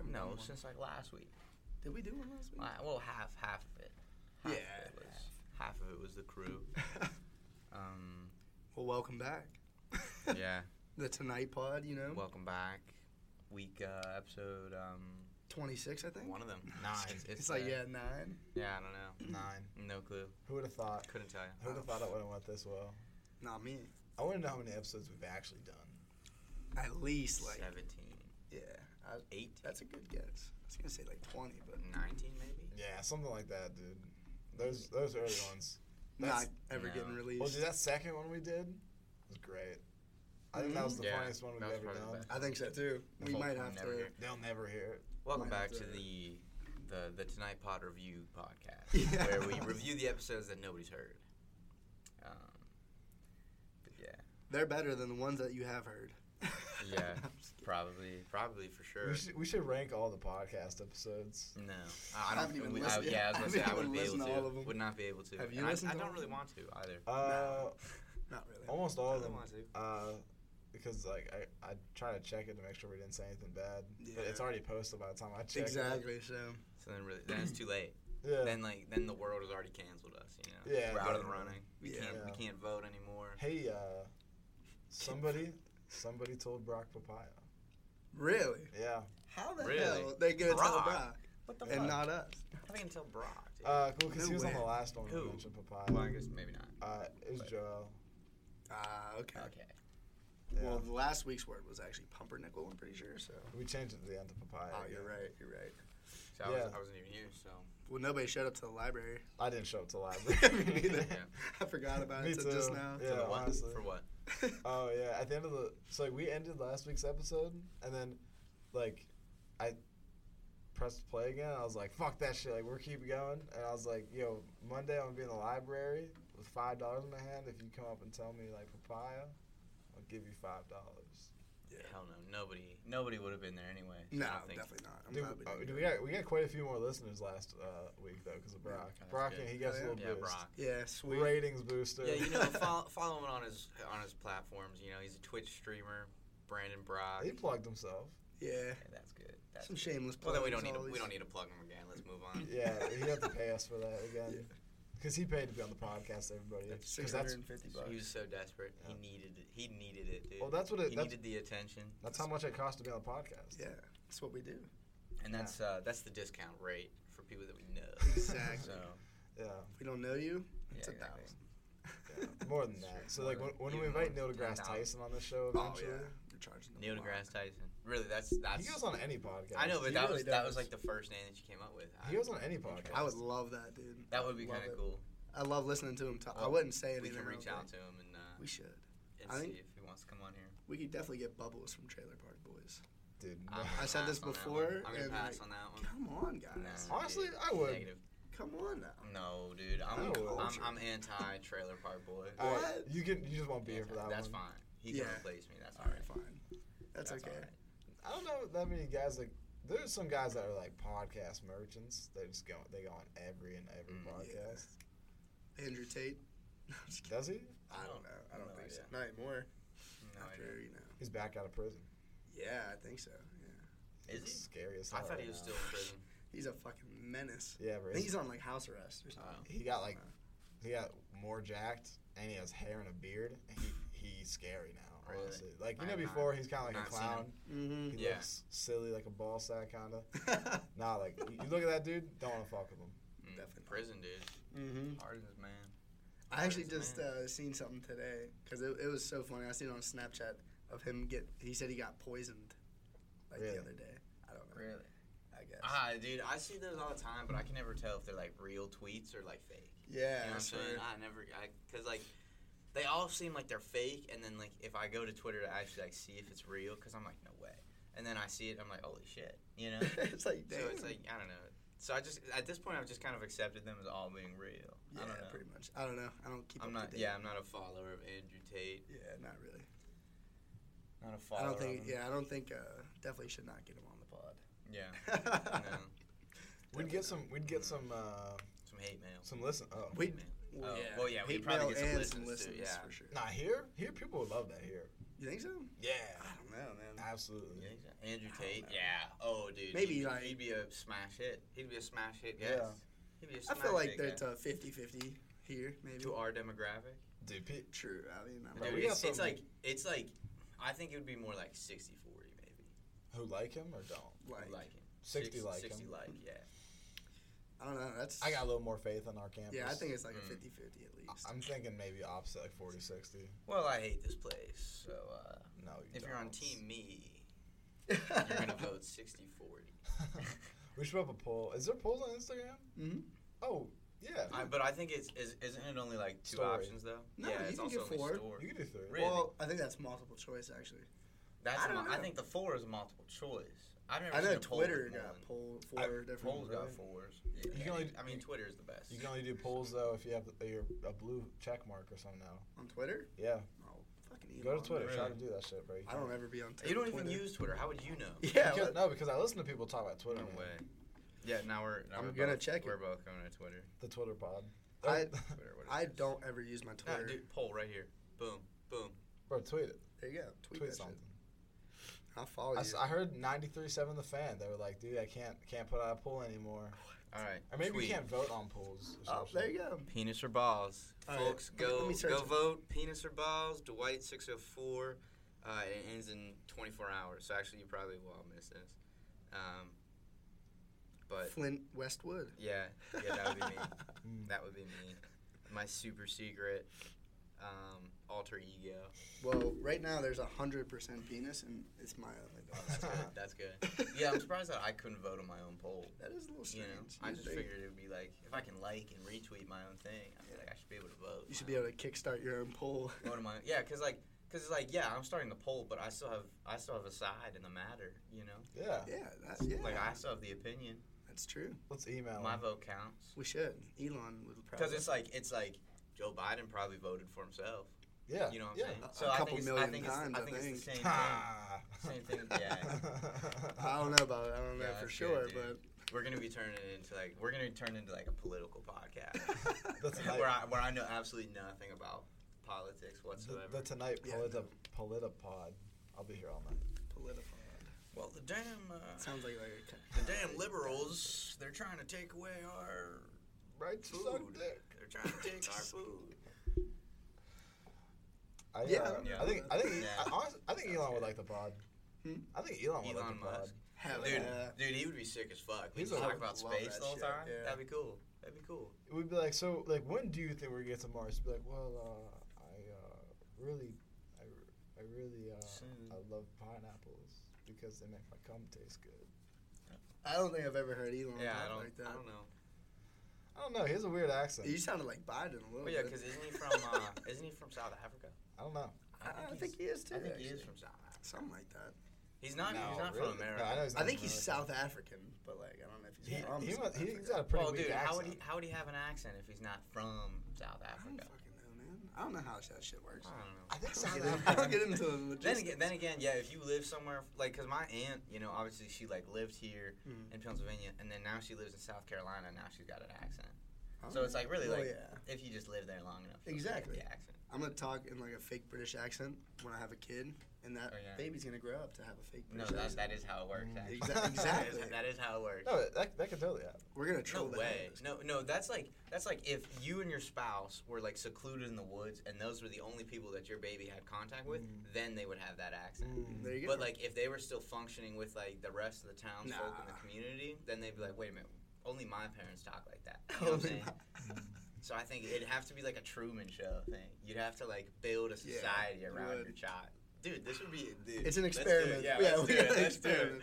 one. since like last week. Did we do one last week? Uh, well, half half of it. Half Yeah, of it was, half of it was the crew. Um, well, welcome back. yeah, the Tonight Pod, you know, welcome back. Week uh, episode um, 26, I think. one of them nine. It's, It's, like uh, yeah, nine. yeah. I don't know. Nine. No clue. Who would have thought? Couldn't tell you. Who would have thought it would have went this well? Not me. I want to know how many episodes we've actually done. At least like Seventeen, yeah, I, eight, that's a good guess. I was gonna say like 20, but nineteen maybe. Yeah, something like that, dude. Those those early ones. not That's- ever No. getting released. Well, dude, that second one we did was great. I think that was the Mm-hmm. Yeah, funniest one we've that was ever probably the done. best. I think so too. The we whole might time have never to. here. They'll never hear it. Welcome Might back have to to- the the the Tonight Pod review podcast, Yeah. where we review the episodes that nobody's heard. Um, but yeah, They're better than the ones that you have heard. Yeah. probably, probably for sure. We should, we should rank all the podcast episodes. No, I, I I don't haven't even we- listened- I, yeah, I was gonna say I I haven't wouldn't be listened able to to. all of 'em. Would not be able to. Have you And I, listened I to don't all really of want to either. Uh, Not really. almost all I don't of them. want to. Uh, because like I I try to check it to make sure we didn't say anything bad, but Yeah. it's already posted by the time I check. exactly. So So then, really, then it's too late. It. Yeah. Then like, then the world has already canceled us. You know, Yeah. we're out of Yeah. the running. We Yeah. can't, we Yeah. can't vote anymore. hey, uh, somebody somebody told Brock Papaya. really, Yeah. how the Really? hell they gonna tell Brock? Brock What the and fuck? not us? How they gonna tell Brock? dude? Uh, cool. Because No he was on way. the last one Who? we mentioned well, I Papaya. guess maybe not. Uh, it was Joel. Ah, okay. Okay. Yeah. Well, the last week's word was actually pumpernickel. I'm pretty sure. So. we changed it to the end of Papaya. Oh, you're again. right. You're right. So I, was, Yeah. I wasn't even here. So Well, nobody showed up to the library. I didn't show up to live. Me neither. Yeah. I forgot about Uh, Me it till just too. now. Yeah, for what? honestly. For what? Oh yeah, at the end of the so like, we ended last week's episode, and then like I pressed play again. I was like, "Fuck that shit!" Like we're keep going, and I was like, "Yo, Monday I'm gonna be in the library with five dollars in my hand. If you come up and tell me like papaya, I'll give you five dollars." Yeah. Hell no. Nobody. Nobody would have been there anyway. No, I don't think. definitely not. I'm Dude, glad we uh, didn't dude, go. we got we got quite a few more listeners last uh, week though because of Yeah, Brock. that's Brock, good. yeah, he got Oh, a yeah? little Yeah, boost. Brock. Yeah, sweet. Ratings booster. Yeah, you know, follow, follow him on his on his platforms. You know, he's a Twitch streamer, Brandon Brock. he plugged himself. Yeah. Yeah, that's good. That's Some good. shameless Well, then we don't plugs need to, always. we don't need to plug him again. Let's move on. Yeah, he had to pay us for that again. Yeah. Because he paid to be on the podcast, everybody. That's 'Cause that's 650 He bucks. was so desperate. He Yeah. needed it. He needed it, dude. Well, that's what it- he that's- needed the attention, That's how much it costs to be on the podcast. Yeah, that's what we do. and Yeah. that's uh, that's the discount rate for people that we know. Exactly. So Yeah, If we don't know you, it's Yeah, a yeah, thousand. yeah. more than That's that. true. So More like when, than- when we even invite more Neil than deGrasse $10. Tyson on the show Oh, eventually, yeah. You're charging them Neil a lot. deGrasse Tyson. Really, that's that's. he goes on any podcast. I know, but He that really was that does. was like the first name that you came up with. I- he goes on any podcast. I would love that, dude. that would be Love kind of it. cool. I love listening to him talk. I Well, wouldn't say We anything. can I don't reach out think. to him and, uh, We should. and I see think- if he wants to come on here. We could definitely get bubbles from Trailer Park Boys. dude. I'm no. gonna I said this pass on that before, one. I'm gonna and, pass like, on that one. Come on, guys. Nah, Honestly, dude. I would. Negative. Come on now. No, dude. I'm, I would. I'm, I'm anti Trailer Park Boy. All right, What? you can. You just won't be here Anti- for that that's one. fine. He can Yeah. replace me. That's all All right. right, fine. That's, okay. all right. I don't know that many guys like. There's some guys that are like podcast merchants. They just go. They go on every and every Mm. podcast. Andrew Tate. No, I'm just kidding. Does he? I don't know. I don't No think so. idea. Not anymore. No After idea. you know. He's back out of prison. Yeah, I think so. Yeah. Is He's he? Scary as I hell thought right he was now. still in prison. He's a fucking menace. I Yeah, bro. think he's on like house arrest or something. Oh. He got like he got more jacked and he has hair and a beard. He he's scary now, Really? honestly. Like I you know have not- before he's kinda like a not seen clown. Mm-hmm. He Yeah. looks silly like a ball sack kinda. mm-hmm. Nah, like you you look at that dude, don't wanna fuck with him. Mm, Definitely. Prison, dude. Hardens, man. I actually Crazy just Mm-hmm. man. uh, seen something today because it, it was so funny. I seen it on Snapchat of him get. He said he got poisoned like Really? the other day. I don't know. Really? I guess. Ah, dude. I see those all the time, but I can never tell if they're like real tweets or like fake. yeah. You know what I I'm swear. saying? I never, I because like they all seem like they're fake, and then like if I go to Twitter to actually like see if it's real, because I'm like, no way. And then I see it, I'm like, holy shit, you know. it's like damn. so it's like I don't know. So I just at this point I've just kind of accepted them as all being real. yeah, I don't know. pretty much. I don't know. I don't keep. I'm not. up To date. Yeah, I'm not a follower of Andrew Tate. Yeah, not really. Not a follower. I don't think. Of him. Yeah, I don't think. Uh, definitely should not get him on the pod. Yeah. Yeah. no. We'd get some we'd get some uh Some hate mail. some listen oh We- Hate mail. Well, Oh, yeah. well, yeah, we Hate probably mail get some and listens too, yeah. for sure. nah here here people would love that here. You think so? Yeah. I don't know, man. Absolutely. Yeah, he's- Andrew I don't Tate. know. Yeah. Oh, dude. Maybe, he'd, like- he'd be a smash hit. He'd be a smash hit. Yeah. Yes. He'd be a I smash feel like hit they're guy. to 50-50 here, maybe. to our demographic. Dude, Pete, True. I mean, I'm Bro, Dude, we it's, got it's some- like it's like I think it would be more like 60-40 maybe. who like him or don't? like, like him. 60 Six- like 60 him. like, yeah. I don't know. That's I got a little more faith on our campus. Yeah, I think it's like Mm. a 50-50 at least. I- I'm thinking maybe opposite, like 40 60. Well, I hate this place. So uh, No, you if you're on don't. team me, you're gonna vote 60-40. we should put up a poll. Is there polls on Instagram? hmm Oh, yeah. I, but I think it's is, isn't it only like two Story. options though? No, yeah, you it's can also get only four. story. you can do three. Really? Well, I think that's multiple choice actually. That's I I, don't I know. think the four is multiple choice. I've never I know seen a poll with Twitter more got than- poll I- four different. polls got Really? fours. You Yeah, can only- I mean you- Twitter is the best. You can only do polls, though, if you have the, your, a blue check mark or something now. On Twitter? Yeah. Oh, fucking Elon. Go to Twitter. Really? Try to do that shit, bro. You I don't ever be on Twitter. you don't even use Twitter. How would you know? Yeah, Because, but- no, because I listen to people talk about Twitter. No man. way. Yeah, now we're. Now we're I'm gonna both, check it. We're both going to Twitter. The Twitter pod. I- Twitter. What is I this? don't ever use my No, Twitter. dude, poll right here. Boom, boom. bro, tweet it. There you go. Tweet, Tweet, that something. shit. I'll follow I, you. s- I heard 93.7 The Fan. They were like, dude, I can't can't put out a poll anymore. All right. Or maybe tweet. you can't vote on polls. or oh, some there shit. you go. Penis or balls, All right, folks. let me- Go let me search go it. vote. Penis or balls. Dwight six oh four. Uh, it ends in 24 hours. So actually, you probably will miss this. Um, but Flint Westwood. yeah, yeah, that would be me. Mm. That would be me. My super secret um, alter ego. Well, right now there's a hundred percent penis, and it's my other Oh, that's good. dog. That's good. Yeah, I'm surprised that I couldn't vote on my own poll. That is a little You strange. know, I You'd just think- figured it would be like if I can like and retweet my own thing, I feel like I should be able to vote. you should be able to kickstart your own poll. vote on my own. yeah, because like because it's like yeah, I'm starting the poll, but I still have I still have a side in the matter. You know, Yeah. yeah, that's yeah. like I still have the opinion. that's true. Let's email. My him. vote counts We should. Elon would probably. because it's uh, like it's like Joe Biden probably voted for himself. Yeah. You know what I'm yeah. saying? A- So a I think couple it's, I million think it's, times, I I think it's the think. same thing. Ah. Same thing, yeah. I don't know about it. I don't know Yeah, for that's sure, good, dude. We're gonna be turning it into like we're gonna turn into like a political podcast but That's where I, hype. where I know absolutely nothing about politics The, whatsoever. the Tonight Yeah. Politi- Politipod. I'll be here all night. political. well, the damn uh, Sounds like like a- the damn liberals, they're trying to take away our Right, food. They're trying to take our food. I, Yeah. uh, Yeah. I think I think Yeah. I, honest- I think Sounds Elon good. would like the pod. Hmm? I think Elon would like Elon the pod. Musk, hell dude, yeah. dude, he would be sick as fuck. We He's could a- talk about love that space the whole shit, time. yeah. That'd be cool. That'd be cool. It would be like so like when do you think we're gonna get to Mars? Be like, well, uh, I uh, really, I, re- I really, Soon. uh, I love pineapples because they make my cum taste good. I don't think I've ever heard Elon Yeah, I talk don't, like that. I don't know. I don't know. He has a weird accent. You sounded like Biden a little Well, yeah, bit. because isn't he from uh, isn't he from South Africa? I don't know. I, I he's- think he is too. I think he is actually. from South Africa. Something like that. He's not. No, he's not really? from No, I America. know he's I not think from he's South America. African, but like I don't know if he's from He, he, South must, he, Africa. has got a pretty well, weak dude, accent. how would he how would he have an accent if he's not from South I don't Africa? fucking know, man. I don't know how that shit works. I don't know. I think I South don't get in- I don't Africa. get into the Then logistics. again, then again, yeah. If you live somewhere like, cause my aunt, you know, obviously she like lived here Mhm. in Pennsylvania, and then now she lives in South Carolina, and now she's got an accent. Oh. So it's like really Well, like yeah. if you just live there long enough, you'll get the Exactly. accent. I'm gonna talk in like a fake British accent when I have a kid, and that Oh, yeah. baby's gonna grow up to have a fake No, British that, accent. that is how it works. Mm. Actually. Exac- That is- exactly. that is how it works. No, that, that could totally happen. We're gonna No troll the hell out way. of this. No, no. That's like that's like if you and your spouse were like secluded in the woods, and those were the only people that your baby had contact with, Mm. then they would have that accent. There you go. But like if they were still functioning with like the rest of the townsfolk in Nah. the community, then they'd be like, wait a minute, only my parents talk like that. You know what I'm saying? So I think it'd have to be like a Truman Show thing. You'd have to like build a Yeah, society you around would. your child. Dude, this would be. Dude, it's an let's do it. experiment. Yeah, yeah, let's we do it. gotta Let's do it. experiment.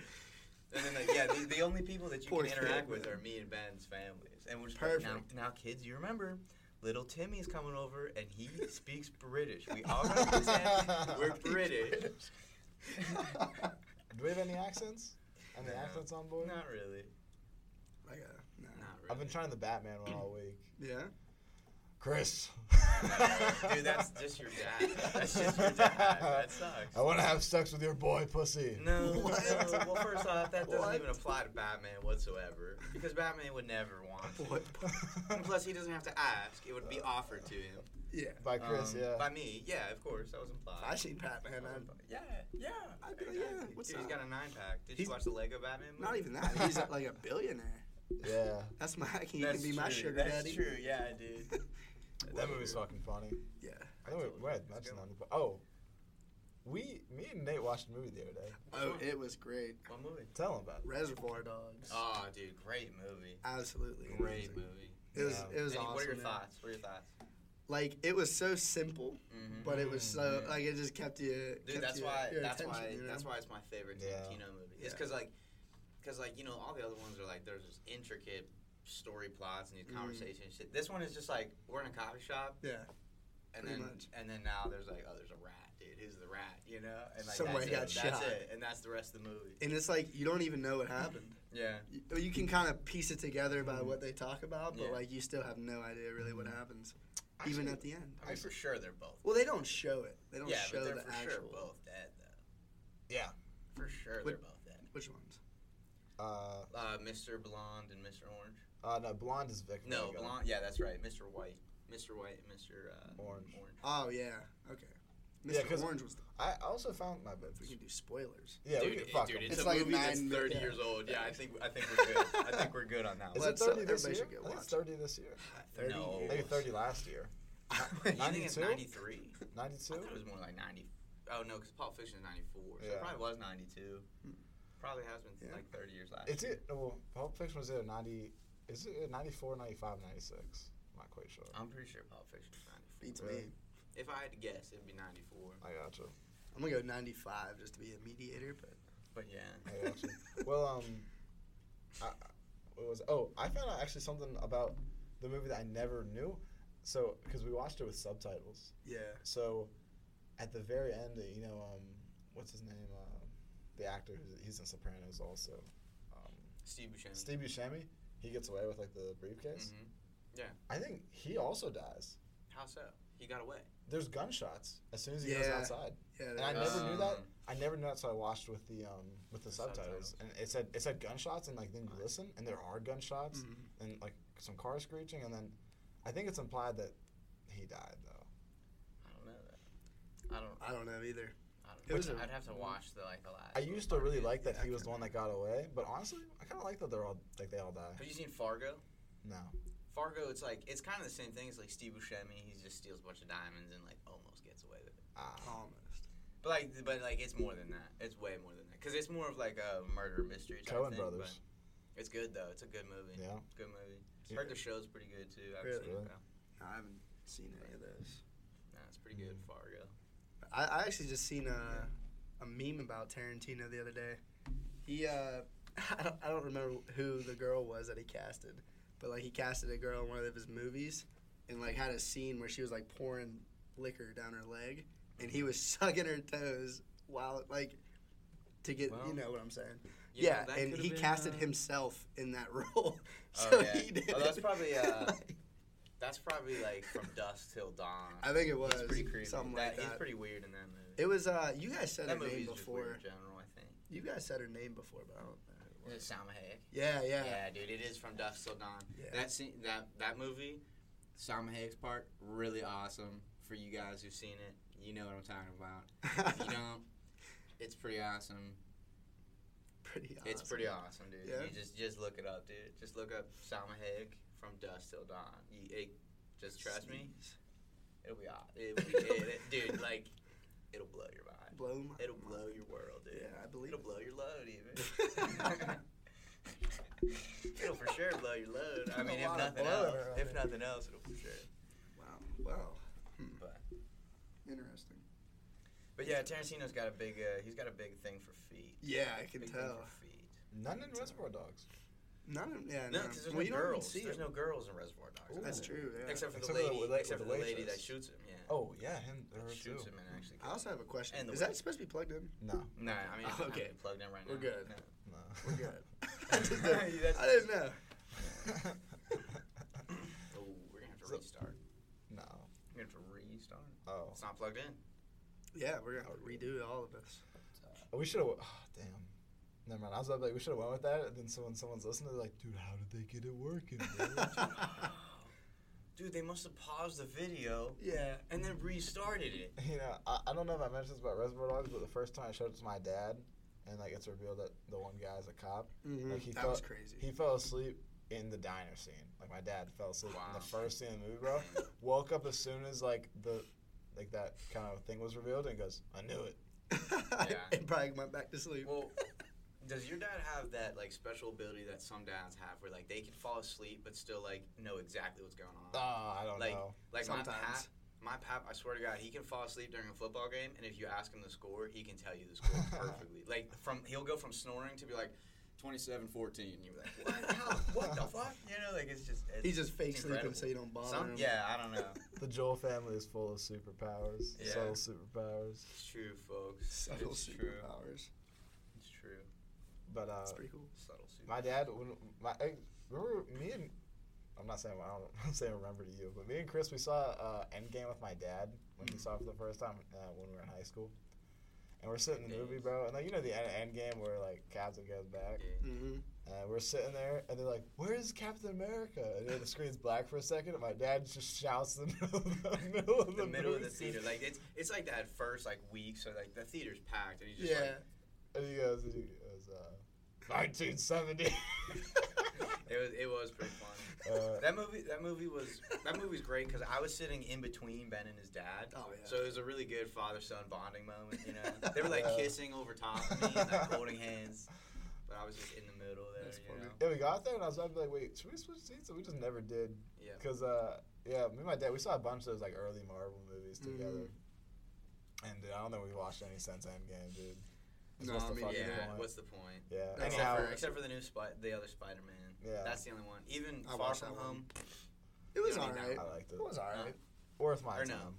And then, like, yeah, the, the only people that you Poor can interact kid, with man. are me and Ben's families. And we're just Like, Perfect. now, now, kids, you remember, little Timmy's coming over and he speaks British. We all understand we're British. Do we have any accents? Any No. accents on board? Not really. Like a, no. Not really. I've been trying the Batman one all week. Yeah. Chris. Dude, that's just your dad. That's just your dad. That sucks. I want to have sex with your boy, pussy. No, no. What? Well, first off, that doesn't What? even apply to Batman whatsoever because Batman would never want. To. What? And plus, he doesn't have to ask; it would be offered to him. Yeah. By Chris, Um, yeah. By me, yeah, of course, that was implied. I seen Batman. Man. Yeah, yeah. I'd be like, exactly. yeah, what's Dude, he's up? got a nine pack. Did He's- you watch the Lego Batman movie? Not even that. He's uh, like a billionaire. yeah. That's my. He That's can be my true, sugar That's daddy. true. Yeah, dude. That movie's fucking funny. Yeah. I know we, we had mentioned that. on the po- Oh, we, me and Nate watched a movie the other day. Oh, it was great. What movie? Tell him about it. Reservoir Dogs. Oh, dude, great movie. Absolutely. Great amazing. movie. It was. Yeah. It was Any- awesome. What are your man. thoughts? What are your thoughts? Like it was so simple, Mhm. but it was so Mhm. like it just kept you. Dude, kept that's your- why. your That's attention, why. you know? That's why it's my favorite Yeah. Tarantino movie. It's Yeah. because like, because like you know all the other ones are like there's this intricate story plots and these Mm. conversations. and Shit. This one is just like we're in a coffee shop Yeah. and Pretty then much. and then now there's like oh there's a rat dude who's the rat you know and like Somebody that's got it. That's shot. it and that's the rest of the movie. And it's like you don't even know what happened. Yeah. You, you can kind of piece it together by Mhm. what they talk about, but Mm-hmm. Yeah. Mm-hmm. like you still have no idea really what happens, even at the end. I mean for sure they're both. Well, they don't show it. They don't yeah, show but they're the for actual. sure both dead though. Yeah. For sure What- they're both dead. Which ones? Uh, Uh, Mr. Blonde and Mr. Orange. uh, no, blonde is Vic. No, Vega. blonde. Yeah, that's right. Mr. White. Mr. White and Mr. Uh, Orange. Orange. Oh yeah. Okay. Yeah, Mr. 'cause- Orange was. The, I also found my bad. we can do spoilers. Yeah, dude, we could it- fuck dude, 'em. it's, It's a like movie nine that's thirty minute- years old. Yeah, I think I think we're good. I think we're good on that Is one. it Let's- 30 this everybody year? should go I think watch it's it. 30 this year. thirty no, years. Maybe 30 last year. you think it's 92? ninety three? I 92? thought it was more like ninety. Oh no, because Pulp Fiction is ninety four, so Yeah. it probably was ninety two. Hmm. Probably has been Yeah. like thirty years last. It's it. Well, Pulp Fiction was either 90. Is it 94, 95, 96? I'm not quite sure. I'm pretty sure Pulp Fiction is ninety Beats me. Really? four. If I had to guess, it'd be ninety four. I gotcha. I'm gonna go 95 just to be a mediator, but But yeah, I gotcha. well, um, I, I- what was oh I found out actually something about the movie that I never knew. So because we watched it with subtitles. yeah. So at the very end, you know, um, what's his name? Uh, the actor who's he's in Sopranos also. Um, Steve Buscemi. Steve Buscemi. He gets away with like the briefcase. Mhm. I think he also dies. How so? He got away. There's gunshots as soon as he goes Yeah. outside. Yeah. And I that was- never knew that. Um, I never knew that, so I watched with the um with the, The subtitles. subtitles. and it said it said gunshots, and like then you listen, and there are gunshots, Mhm. and like some cars screeching, and then I think it's implied that he died though. I don't know that. I don't. I don't know either. I don't It was know. a- I'd have to watch the like the last. I used to really like that Yeah, I he was the can't one that got away, but honestly, I kind of like that they're all like they all die. Have you seen Fargo? No, Fargo, it's like it's kind of the same thing. It's like Steve Buscemi. He just steals a bunch of diamonds and like almost gets away with it. ah, Almost. But like, but like, it's more than that. It's way more than that because it's more of like a murder mystery. Type Cohen thing, brothers. but It's good though. It's a good movie. Yeah, Good movie. Yeah. Heard the show's pretty good too. I've Really? seen it though. No, I haven't seen any of those. Nah, it's pretty good. Mm. Fargo. I, I actually just seen a, a meme about Tarantino the other day. He, uh, I, don't, I don't remember who the girl was that he casted, but like he casted a girl in one of his movies and like had a scene where she was like pouring liquor down her leg and he was sucking her toes while like to get Well, you know what I'm saying. You know, yeah, that and could've he been, casted uh, himself in that role. so Oh, yeah. he did. Oh, that's it. probably, uh, Like, That's probably like from dusk till dawn. I think it was It's pretty creepy. something That- like that. He's pretty weird in that movie. It was uh you guys said that her movie name is just weird before. in general. I think. You guys said her name before, but I don't know. who it Is was. it Salma Hayek? Yeah, yeah. Yeah, dude, it is from dusk till dawn. Yeah. That scene, that that movie, Salma Hayek's part, really awesome. For you guys who've seen it, you know what I'm talking about. If you don't, it's pretty awesome. pretty awesome. It's pretty awesome, dude. Yeah. You just just look it up, dude. Just look up Salma Hayek from dusk till dawn. You, it, just trust me, Sneeze. it'll be aw- it'll be, it, it- dude. Like, it'll blow your mind. Blow my It'll mind. blow your world, dude. Yeah, I believe It'll it. blow your load even. it'll for sure blow your load. I Doing a mean, if lot of nothing blow else, right if there. nothing else, it'll for sure. Wow. hmm. Wow. But Interesting. but yeah, Tarantino's got a big uh, he's got a big thing for feet. Yeah, I can Big thing tell. for feet. none in Reservoir Dogs. None of yeah, No, because there's uh, no Well, you don't even girls. see There's them. no girls in Reservoir Dogs. Ooh. That's true. Yeah. Except for the Except for the lady, wa- la- except for with the the lady that waitress. shoots him. Yeah. Oh yeah, him. There That were two. shoots him and actually. I also have a question. And the Is that witch. supposed to be plugged in? No, No, I mean, Oh, it's not okay. being plugged in right now. We're good. No. no. We're good. I just didn't- That's- I didn't know. Oh, we're gonna have to So- restart. We have to restart. Oh, It's not plugged in. Yeah, we're gonna have to redo all of this. we should have. Oh, damn. Never mind. I was about to be like, we should have went with that. And then someone, someone's listening. They're like, dude, how did they get it working? dude?" Dude, they must have paused the video Yeah. and then restarted it. you know, I, I don't know if I mentioned this about Reservoir Dogs, but the first time I showed it to my dad, and like it's revealed that the one guy's a cop. hmm Like, he that was felt- crazy. He fell asleep in the diner scene. Like my dad fell asleep in Wow. the first scene of the movie, bro. Woke up as soon as like the like that kind of thing was revealed, and goes, I knew it. Yeah. it probably went back to sleep. Well, does your dad have that like special ability that some dads have, where like they can fall asleep but still like know exactly what's going on? Ah, I don't Like- know. Like my pap, Uh, Sometimes. my pap, I swear to God, he can fall asleep during a football game, and if you ask him the score, he can tell you the score perfectly. Like from he'll go from snoring to be like. 27-14 and you're like what How, what the fuck you know like it's just it's He's just fake it's sleeping incredible. so you don't bother Some- him. yeah I don't know The Joel family is full of superpowers, Yeah. subtle superpowers. it's true folks Subtle it's true superpowers. it's true But It's uh, pretty cool. subtle super my dad, when my I- remember me and I'm not saying I don't, I'm saying remember to you, but me and Chris we saw uh, Endgame with my dad when he saw it for the first time uh, when we were in high school, and we're sitting in the Days. movie, bro, and like you know the end, Endgame where like Captain goes back, Yeah. Mm-hmm. and we're sitting there, and they're like, "Where's Captain America?" And then the screen's black for a second, and my dad just shouts in the middle of the, middle of, the middle of the movie. theater. Like it's it's like that first like week, so like the theater's packed, and he's just Yeah. and he goes, he goes uh, "1970." like it was it was pretty fun. Uh, That movie that movie was that movie's great because I was sitting in between Ben and his dad, oh yeah. so it was a really good father son bonding moment. You know, they were like Yeah. kissing over top of me and like holding hands, but I was just in the middle there. That's you funny. know, Yeah, we got there and I was about to be like, wait, should we switch seats? And we just never did. yeah. Because, uh, yeah, me and my dad, we saw a bunch of those, like, early Marvel movies Mhm. together. And, dude, I don't think we watched any since Endgame, dude. 'Cause No, what's I the mean, fucking Yeah, point? what's the point? yeah. That's Anyhow, Except for, except for the new spot, the other Spider Man. Yeah. That's the only one. Even I Far watched From that one. Home. It was You don't need alright. I liked it. It was alright. Worth my or time. no.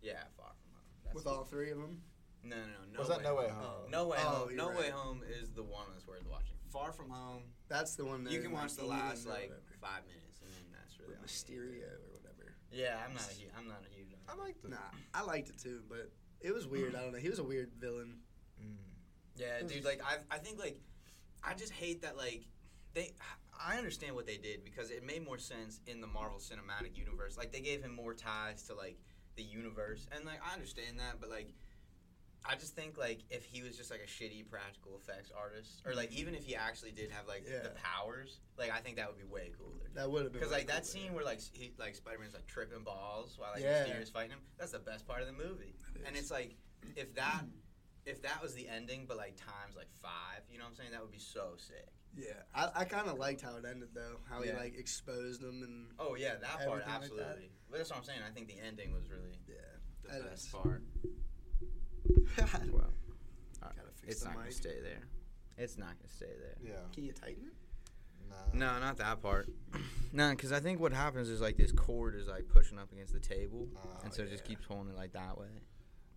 Yeah, Far From Home. That's With all three of them. No, no, no. no was that No Way Home? Oh. No way Oh, home. you're No way right. home is the one that's worth watching. Far from home, That's the one that you can watch the Alien last or like whatever. five minutes, and then that's really Or all you need. Mysterio or whatever. Yeah, I'm not. A hu- I'm not a huge. I liked it. Nah, I liked it too, but it was weird. I don't know. He was a weird villain. Mm. Yeah, dude. Like I, I think like, I just hate that like, they. I understand what they did because it made more sense in the Marvel Cinematic Universe. Like they gave him more ties to like the universe, and like I understand that, but like. I just think like if he was just like a shitty practical effects artist, or like even if he actually did have like the Yeah. powers, like I think that would be way cooler. That would have been Because way like that cooler. scene where like he like Spider Man's like tripping balls while like Yeah. Mysterio's fighting him, that's the best part of the movie. It And is. it's like if that if that was the ending, but like times like five, you know what I'm saying? That would be so sick. yeah, I, I kind of liked how it ended though. How he Yeah. like exposed them and Oh yeah, that part Everything like absolutely. But that's what I'm saying. I think the ending was really yeah. the That best is. part. Gotta Uh, fix the mic. stay there. It's not gonna stay there. Yeah. Can you tighten it? Nah. No, not that part. no, because I think what happens is like this cord is like pushing up against the table, Oh, and so it just yeah. keeps holding it like that way.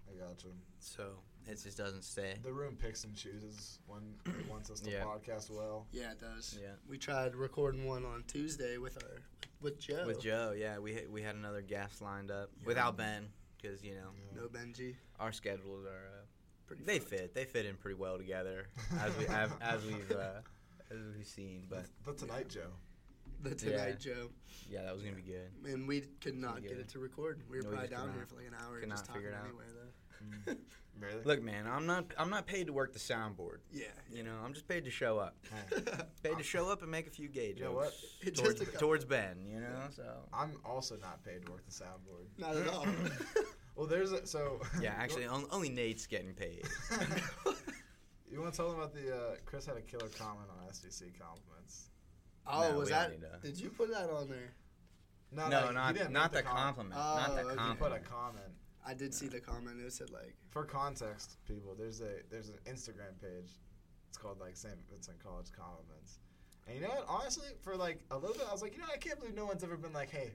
I got you. So it just doesn't stay. The room picks and chooses when it wants us to Yeah. podcast well. Yeah, it does. Yeah. We tried recording one on Tuesday with our with Joe. With Joe, yeah, we had- we had another guest lined up Yeah. without Ben because you know Yeah. No Benji. our schedules are uh, Pretty. they fucked. fit they fit in pretty well together as we have, as we've uh, as we've seen. But The Tonight Joe. The Yeah. Tonight Joe. yeah, that was gonna be good. And we could not Yeah. get it to record. We were No, we probably just could down here not- for like an hour could not just talking figure it out. Mm. anyway though. Really? Look, man, I'm not I'm not paid to work the soundboard. Yeah. You know, I'm just paid to show up, paid to show up and make a few gay You know jokes what? It towards, just a couple- towards Ben. You know, so I'm also not paid to work the soundboard. Not at all. Well, there's a, so. yeah, actually, on- only Nate's getting paid. You want to tell them about the uh, Chris had a killer comment on SDC compliments. oh, No, we don't was that? need to- Did you put that on there? No, he not didn't not the make com- compliment, not Oh, the okay. He put a compliment. comment I did see the comment. It said like, for context, people. There's a there's an Instagram page. It's called like St. Vincent College Compliments. And you know what? Honestly, for like a little bit, I was like, you know, I can't believe no one's ever been like, hey,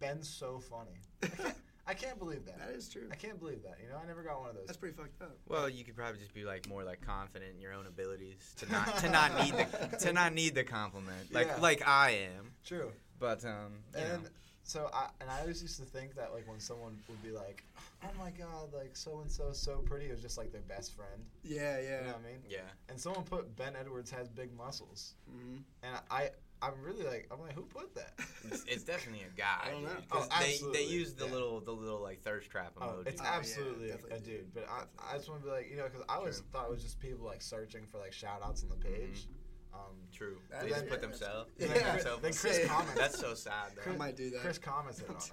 Ben's so funny. that I can't believe that. is true. I can't believe that. You know, I never got one of those. That's pretty fucked up. Well, you could probably just be like more like confident in your own abilities to not to not need the to not need the compliment like Yeah. like I am. True. But um, you And know. so I and I always used to think that like when someone would be like, oh my god, like so and so is so pretty, it was just like their best friend. Yeah, yeah. You know what I mean? Yeah. And someone put Ben Edwards has big muscles, Mhm. and I I'm really like I'm like who put that? It's, it's definitely a guy. I don't know. 'Cause Oh, they, they absolutely, use the yeah. little the little like thirst trap Oh, emoji. it's Oh, yeah, absolutely definitely a do. dude. But I, I Definitely just want to be like, you know, because I always True. Mm-hmm. thought it was just people like searching for like shout outs on the page. Um, True. That they is- just put yeah. themselves. Yeah. They put themselves Then on Chris stage. comments. That's so sad. I Though. Chris- might do that. Chris commented on it.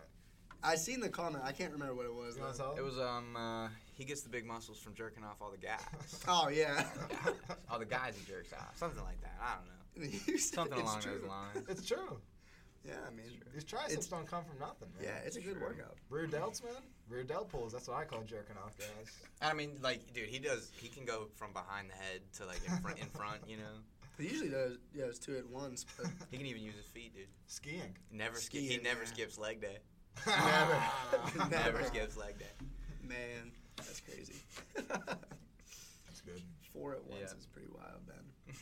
I seen the comment. I can't remember what it was. You want to Though. tell It him? was um uh, he gets the big muscles from jerking off all the guys. Oh yeah. all the guys he jerks off. Something like that. I don't know. You said Something it's along true. those lines. It's true. Yeah, I mean, These triceps don't come from nothing, man. yeah, it's a good True. workout. Rear delts, man. Rear delt pulls. That's what I call jerking off, guys. I mean, like, dude, he does. He can go from behind the head to like in front. In front, you know. He usually does. Yeah, it's two at once. But He can even use his feet, dude. Skiing. Never skip. He Skiing, never yeah. skips leg day. Never. Never Never. skips leg day. man, that's crazy. That's good. Four at once Yeah. is pretty wild, Ben.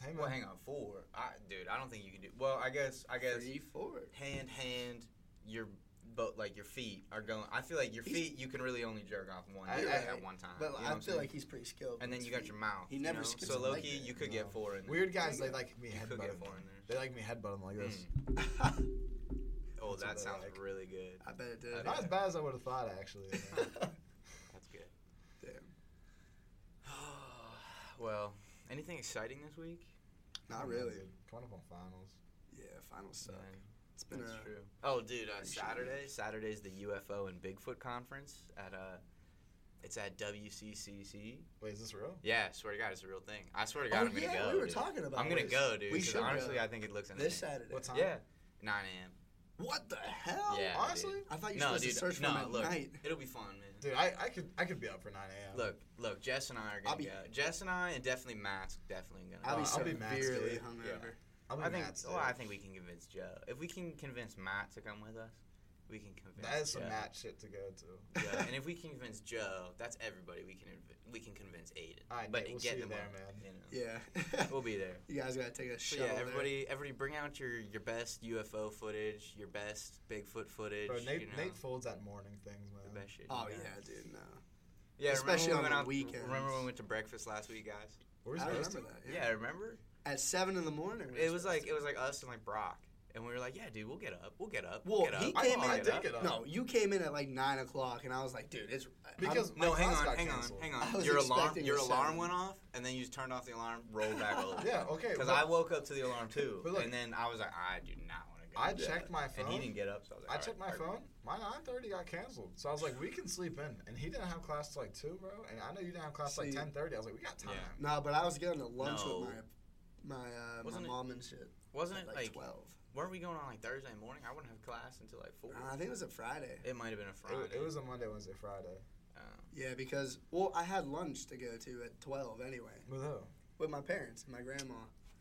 Hey, man. Well, hang on, four. I, dude, I don't think you can do. Well, I guess, I guess, Three, four. hand, hand, your both, like your feet are going. I feel like your feet, you can really only jerk off one I- at- I- at one time. But Uh, you know what I I'm feel saying? like he's pretty skilled. And with then his you got feet. your mouth. He you never know? skips So a leg Loki, day. you could No. get four in there. Weird guys, Yeah. they like me You could headbutt. get four in there. They like me headbutt 'em like this. Mm. Oh, That's what that they sounds like. really good. I bet it did. Not as bad as I would have thought, actually. That's good. Damn. well, anything exciting this week? Not really. Coming up on finals. Yeah, finals suck. Yeah. It's been a true. Oh, dude, uh, Pretty sure Saturday. Saturday's the UFO and Bigfoot conference at uh, it's at WCCC. Wait, is this real? Yeah, I swear to God, it's a real thing. I swear to God, Oh, I'm gonna yeah, go. we were dude. talking about I'm gonna this. go, dude. We 'cause should go. honestly, I think it looks this interesting. Saturday. What time? Yeah, 9 a.m. What the hell? Yeah, Honestly, dude. I thought you No, were supposed dude. to search for no, him at look, night. Oh. it'll be fun, man. dude, I, I could I could be up for 9 a.m. Look, look, Jess and I are gonna I'll be- go. Jess and I, and definitely Matt's definitely gonna. Uh, I'll go. be I'll so- be maxed, severely dude. hungover. I'm I think. Matt's Well, I think we can convince Joe. If we can convince Matt to come with us, we can convince. that's some Joe. Matt shit to go to. Joe, and if we can convince Joe, that's everybody. We can inv- we can convince Aiden. All right, but Nate, we'll get see you them there, up, man. you know. Yeah. We'll be there. you guys gotta take a So shuttle. yeah, there. everybody, everybody, bring out your, your best UFO footage, your best Bigfoot footage. Bro, Nate, you know, Nate folds that morning things, the man. best shit. Oh you yeah, got. dude. No. yeah. Especially remember when on the we went out- weekends. Remember when we went to breakfast last week, guys? Where's I Nate? remember that. Yeah. Yeah, remember? At seven in the morning. we were It was like supposed it was like us and like Brock, and we were like, yeah, dude, we'll get up, we'll get up, Well, we'll get up. he we'll came all in- get Take up." it to- up. No, you came in at like nine o'clock, and I was like, dude, it's Because- No, My hang class on, got hang on, canceled. hang I on. was Your alarm, expecting your a alarm seven. went off, and then you turned off the alarm, rolled back over. Yeah, okay. Because but I woke up to the alarm too, But look- and then I was like, I do not want to go. I to bed. checked my phone. and he didn't get up, so I was like, I "All checked right, my all right." phone. My 9:30 got canceled, so I was like, we can sleep in. And he didn't have class till like two, bro. And I know you didn't have class till like See- 10:30. I was like, we got time. Yeah. no, but I was going to lunch No. with my my uh, my Wasn't it- mom and shit. Wasn't at it like, like, twelve? weren't we going on like Thursday morning? I wouldn't have class until like four. Uh, I think it was a Friday. it might have been a It, Friday. wa- it was a Monday, Wednesday, Friday. Uh, Yeah, because well, I had lunch to go to at twelve anyway With who? with my parents and my grandma.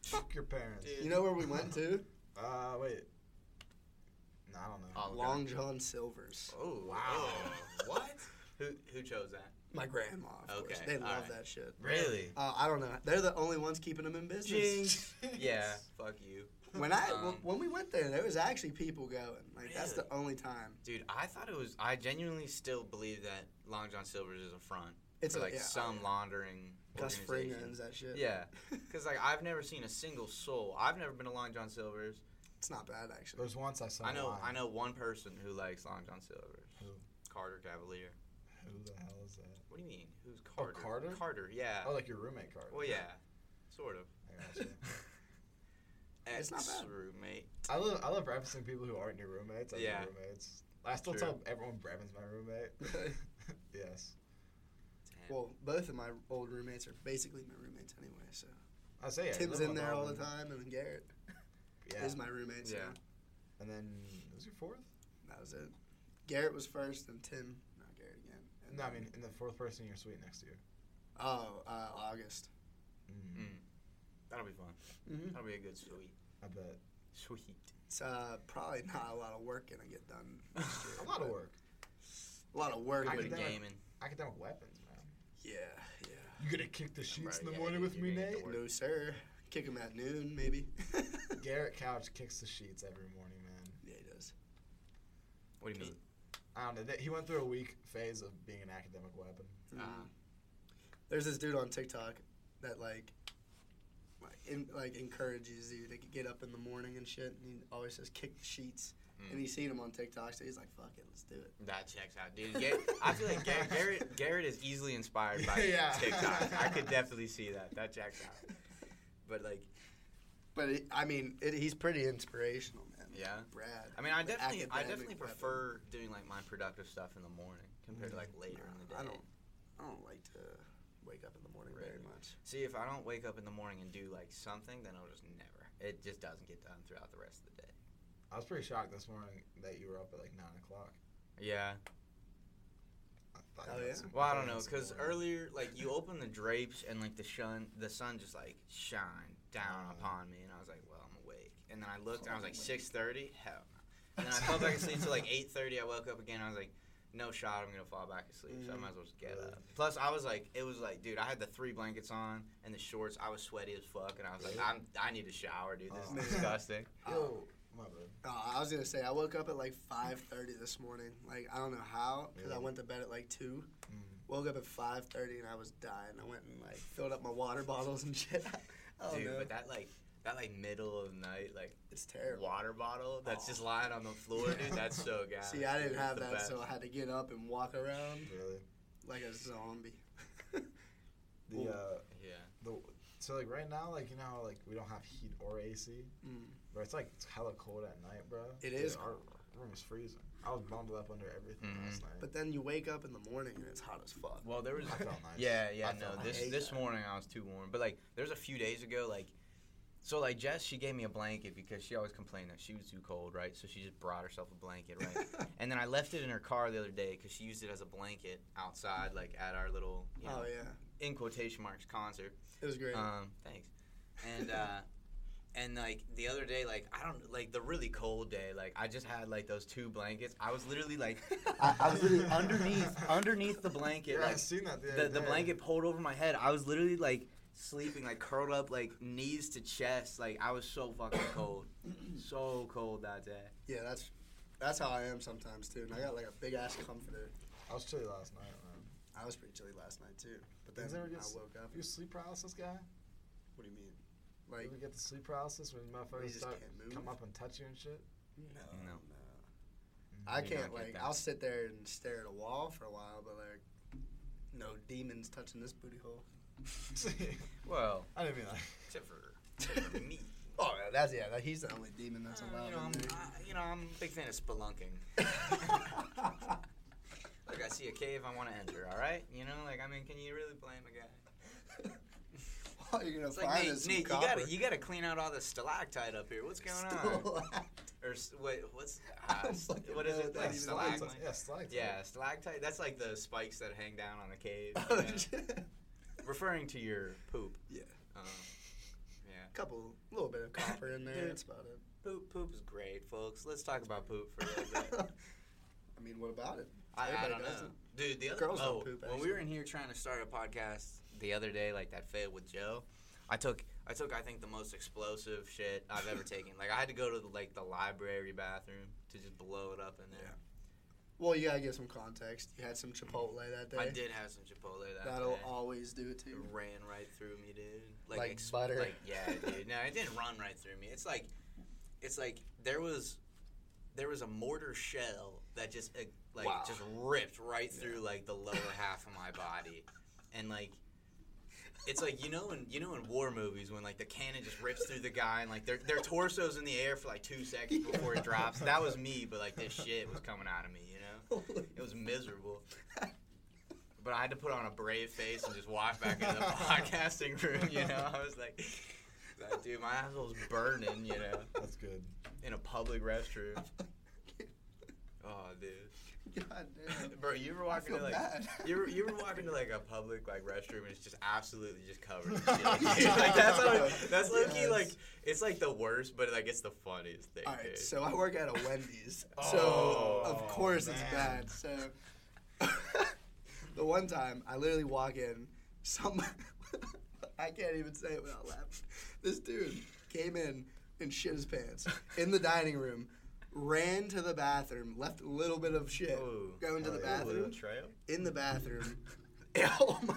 Fuck your parents. Dude. You know where we went to? Uh, wait. No, I don't know. Olive Long Garden. John Silver's. Oh wow! what? Who who chose that? My grandma, of course. Okay, They all love right. that shit. Really? Uh, I don't know. They're the only ones keeping them in business. yeah. Fuck you, When I w- Um, when we went there, there was actually people going. Like that's the only time. dude. I thought it was. I genuinely still believe that Long John Silver's is a front It's for a- like yeah, some laundering. Gus Fring organization. owns that shit. Yeah, because like I've never seen a single soul. I've never been to Long John Silver's. it's not bad actually. There's once I saw. I know. online. I know one person who likes Long John Silver's. Who? Carter Cavalier. Who the hell is that? What do you mean? Who's Oh, Carter? Carter? Carter. Yeah. Oh, like your roommate card. Uh, Well, yeah, sort of. I, gotcha. It's not bad. Ex-roommate. I love I love referencing people who aren't your roommates. As yeah. Yeah. roommates. I still True. tell everyone Brevin's my roommate. Really? yes. Damn. Well, both of my old roommates are basically my roommates anyway. So I say it. Tim's in there all the time, and then Garrett Yeah. is my roommate. So Yeah. And then who's your fourth? that was it. Garrett was first, and Tim, not Garrett again. And No, I then- mean, and the fourth person in your suite next year. oh, uh, August. Mm, Mm. That'll be fun. Mm-hmm. That'll be a good sweet. I bet. Sweet. It's uh, probably not a lot of work gonna get done. A lot of work. A lot of work. I Good But could at never- gaming. Academic weapons, man. yeah, yeah. You gonna kick the sheets Right, in the yeah, morning you- with you're me, gonna get Nate? to work. No sir. Kick him at noon, maybe. Garrett Couch kicks the sheets every morning, man. yeah, he does. What do you mean? I don't know. That, he went through a weak phase of being an academic weapon. Ah. Mm-hmm. There's this dude on TikTok that like, like, in, like encourages you to get up in the morning and shit. And he always says kick the sheets. And Mm. he's seen him on TikTok, so he's like, "Fuck it, let's do it." That checks out, dude. Ga- I feel like Garrett, Garrett Garrett is easily inspired by Yeah. TikTok. I could definitely see that. That checks out. But like, But it, I mean, it, he's pretty inspirational, man. yeah. Brad. I mean, I the definitely I academic definitely weapon. prefer doing like my productive stuff in the morning compared to like later in the day. Mm. I don't. I don't like to wake up in the morning very Right. much. See, if I don't wake up in the morning and do like something, then I'll just never. It just doesn't get done throughout the rest of the day. I was pretty shocked this morning that you were up at like nine o'clock. Yeah. I thought Oh, you had yeah? some- Well, I thought don't you know, had some cause more. earlier, like you opened the drapes and like the sun, the sun just like shined down Uh-huh. Oh. upon me, and I was like, "Well, I'm awake." And then I looked, and I was like, Awake. six thirty? Hell no." And then I fell back asleep till like eight thirty. I woke up again. I was like, "No shot. I'm gonna fall back asleep." So I Mhm. might as well just get Really? up. Plus, I was like, it was like, dude, I had the three blankets on and the shorts. I was sweaty as fuck, and I was like, Really? "I'm, I need a shower, dude. This Oh. is disgusting." Yo, my bad. Oh, I was gonna say I woke up at like 5:30 this morning. Like I don't know how, because I Really? went to bed at like two. Mm. Woke up at 5:30 and I was dying. I went and like filled up my water bottles and shit. Oh dude, no, but that like, that like middle of the night, like. it's terrible. water bottle that's Aw. just lying on the floor, dude. That's so gas. Oh. See, I didn't dude. have It's the that, so I best. had to get up and walk Um, around Really? like a zombie. The uh, yeah, the so like right now, like you know, how, like we don't have heat or AC, Mm. but it's like it's hella cold at night, bro. It It is is. Our room is freezing. I was bundled up under everything Mhm. last night. But then you wake up in the morning and it's hot as fuck. well, there was. I felt nice. Yeah, yeah, I no. felt This nice. this morning I was too warm, but like there was a few days ago, like, so like Jess, she gave me a blanket because she always complained that she was too cold, right? So she just brought herself a blanket, right? and then I left it in her car the other day because she used it as a blanket outside, like at our little, you know, Oh yeah, in quotation marks concert. it was great. Um, thanks. And uh, and like the other day, like I don't like the really cold day. Like I just had like those two blankets. I was literally like I, I was literally underneath underneath the blanket. yeah, I Like seen that the, the, other the day. blanket pulled over my head. I was literally like sleeping, like curled up, like knees to chest. Like I was so fucking cold, so cold that day. yeah, that's that's how I am sometimes too. And I got like a big ass comforter. I was chilly last night, man. I was pretty chilly last night too, but then Does I everyone get s- woke up. You a sleep paralysis guy? What do you mean? You Like ever get the sleep paralysis when you motherfuckers just start can't move? come up and touch you and shit? no, No. Mm-hmm. I You don't can't get like. that. I'll sit there and stare at a wall for a while, but like, no demons touching this booty hole. Well, I didn't mean that. except for, except for me. Oh, yeah, that's yeah. That, he's the only demon that's Uh, allowed. you know, I'm, in there. I, you know, I'm a big fan of spelunking. Like I see a cave, I want to enter. All right, you know, like I mean, can you really blame a guy? All you're gonna It's find like is Nate, some Nate you copper. gotta you gotta clean out all the stalactite up here. What's going on? Or s- wait, what's I uh, don't fucking what is know it? what that Like even stalactite. stalagmite? Yeah, stalactite. Yeah, stalactite. That's like the spikes that hang down on the cave. Oh, you know? shit. Referring to your poop. Yeah. Um, yeah. Couple, little bit of copper in there. Dude. That's about it. Poop. Poop is great, folks. Let's talk about poop for a little bit. I mean, what about it? I, I Everybody don't know. does Dude, the other Girls don't oh, poop, when we were in here trying to start a podcast the other day, like that fail with Joe, I took I took I think the most explosive shit I've ever taken. Like I had to go to the, like the library bathroom to just blow it up in there. Well, you gotta give some context. You had some Chipotle that day. I did have some Chipotle that That'll day. always do it to It you. ran right through me, dude. Like butter. Like yeah, dude. No, it didn't run right through me. It's like, it's like there was, there was a mortar shell that just uh, like Wow. just ripped right through like the lower half of my body, and like. It's like you know in you know in war movies when like the cannon just rips through the guy and like their their torso's in the air for like two seconds before it drops. That was me, but like this shit was coming out of me, you know. It was miserable. But I had to put on a brave face and just walk back into the podcasting room, you know? I was like, like, dude, my asshole's burning, you know, That's good. in a public restroom. Oh, dude. God damn. Bro, you were I walking feel to like. bad. You were, you were walking to like a public like restroom and it's just absolutely just covered. in shit. like, that's how, that's low key Yes. like it's like the worst, but like it's the funniest thing. All right, dude. so I work at a Wendy's, so Oh, of course it's man. bad. So the one time I literally walk in, some I can't even say it without laughing. This dude came in and shit his pants in the dining room, ran to the bathroom, left a little bit of shit Ooh. going to Hell the yeah. bathroom. trail? In the bathroom. oh my,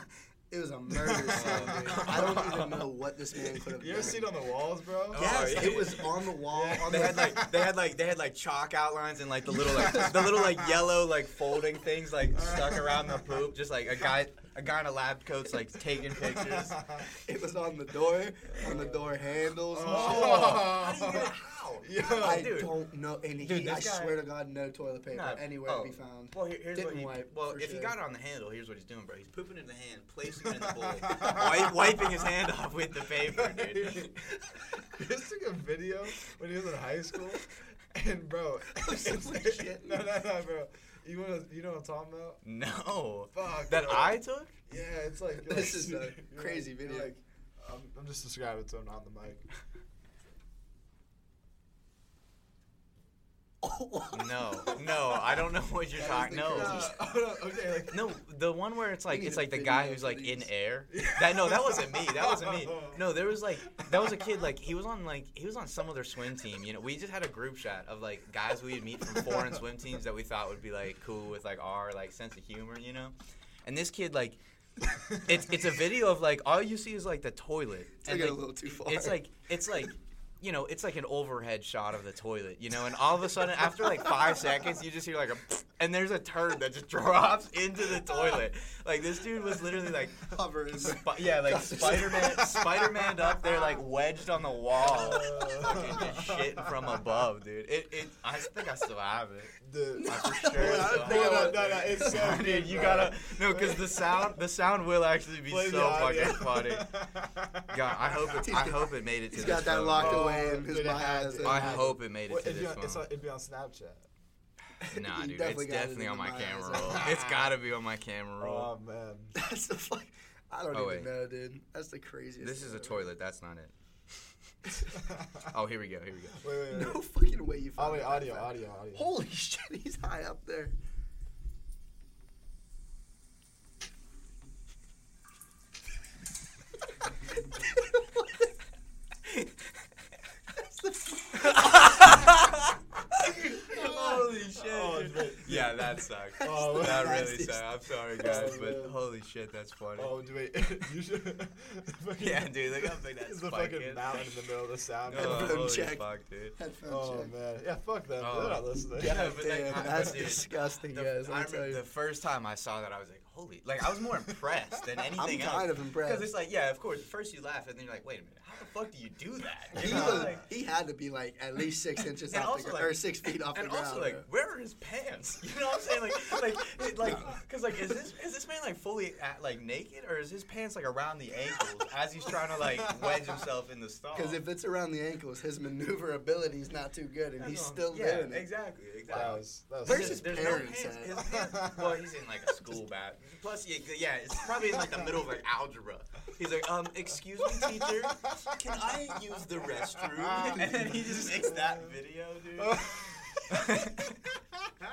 it was a murder scene. dude. I don't even know what this man could have Oh, You ever done. seen on the walls, bro? Oh, Yes, yeah. it was on the wall. Yeah. On They the had like they had like they had like chalk outlines and like the little like the little like yellow like folding things like stuck around the poop. Just like a guy a guy in a lab coat's like taking pictures. it was on the door, on the door handles. and Oh. How shit. do you get it? How? Yo. I dude. don't know. And Dude, he, I this guy- swear to God, no toilet paper No. anywhere Oh. to be found. Well, here, here's Didn't what he, wipe, well, for if he sure. got it on the handle, here's what he's doing, bro. He's pooping in the hand, placing it in the bowl, wipe, wiping his hand off with the paper, dude. This took a video when he was in high school, and bro, I'm so it's- legit. no, no, no, bro. You wanna, you know what I'm talking about? No, Fuck. that bro. I took. Yeah, it's like you're This like- is a you're crazy like- you're video. Like, I'm, I'm just describing it so I'm not on the mic. oh. No, no, I don't know what you're That talking. is the No, craziest- Oh, no, okay, like no, the one where it's like need it's a like the video guy who's for like in these. air. That no, that wasn't me. That wasn't me. No, there was like that was a kid like he was on like he was on some other swim team. You know, we just had a group shot of like guys we would meet from foreign swim teams that we thought would be like cool with like our like sense of humor. You know, and this kid like it's it's a video of like all you see is like the toilet. Took and, it a like, little too far. It's like it's like you know, it's like an overhead shot of the toilet, you know, and all of a sudden after like five seconds you just hear like a and there's a turd that just drops into the toilet. Like this dude was literally like cover is. spi- yeah, like Spider Man Spider Man up there like wedged on the wall. Fucking just shitting from above, dude. It, it I think I still have it. the. I for No, sure I still have don't think it. I No, no, no, it's so Dude, good, you bro. gotta no, because the sound the sound will actually be Play the so fucking audio. funny. God, I hope it, I hope it made it to He's this got that phone. locked Oh, away in his dude, it had bias. to. I hope it made it Well, to it'd, be this on, it's phone. on, it'd be on Snapchat. Nah, You dude, definitely it's got it definitely in on my my camera eyes. roll. It's gotta be on my camera roll. Oh man. That's the fuck. I don't Oh, wait. even know, dude. That's the craziest. This thing is a I've ever- toilet. That's not it. Oh, here we go. Here we go. Wait, wait, wait. No fucking way you Oh, found wait, it that audio, fast. audio, audio. Holy shit, he's high up there. That's holy shit! Oh, dude. but- yeah, that sucks. Oh, that man. really sucks. I'm sorry, guys, Oh, but man. holy shit, that's funny. Oh, do wait. you should. the fucking- Yeah, dude, look how big that The spike fucking is. mountain in the middle of the sound. Oh, Headphone holy check. fuck, dude. Headphone Oh check. man, yeah, fuck them. Oh. They're not listening. Yeah, God but that- damn, I- that's but dude, disgusting, The, guys. I Let me tell remember the you. first time I saw that, I was like, "Holy!" Like I was more impressed than anything I'm else. kind of Because impressed. it's like, yeah, of course. First you laugh, and then you're like, wait a minute, how the fuck do you do that? He, You know, was, like- he had to be like at least six inches And off the also, ground, like- or six feet off and the ground. also like, where are his pants? You know what I'm saying? Like, like, it- like, because like, is this is this man like fully at, like naked, or is his pants like around the ankles as he's trying to like wedge himself in the stall? because if it's around the ankles, his maneuverability is not too good, and That's he's what I'm- still yeah, doing it. exactly, exactly. That was, that was Where's There's- his there's parents No pants. at? His pants- well, he's in like a school bath. Plus, yeah, yeah, it's probably in like the middle of like algebra. He's like, um, excuse me, teacher, can I use the restroom? And then he just makes that video, dude. Holy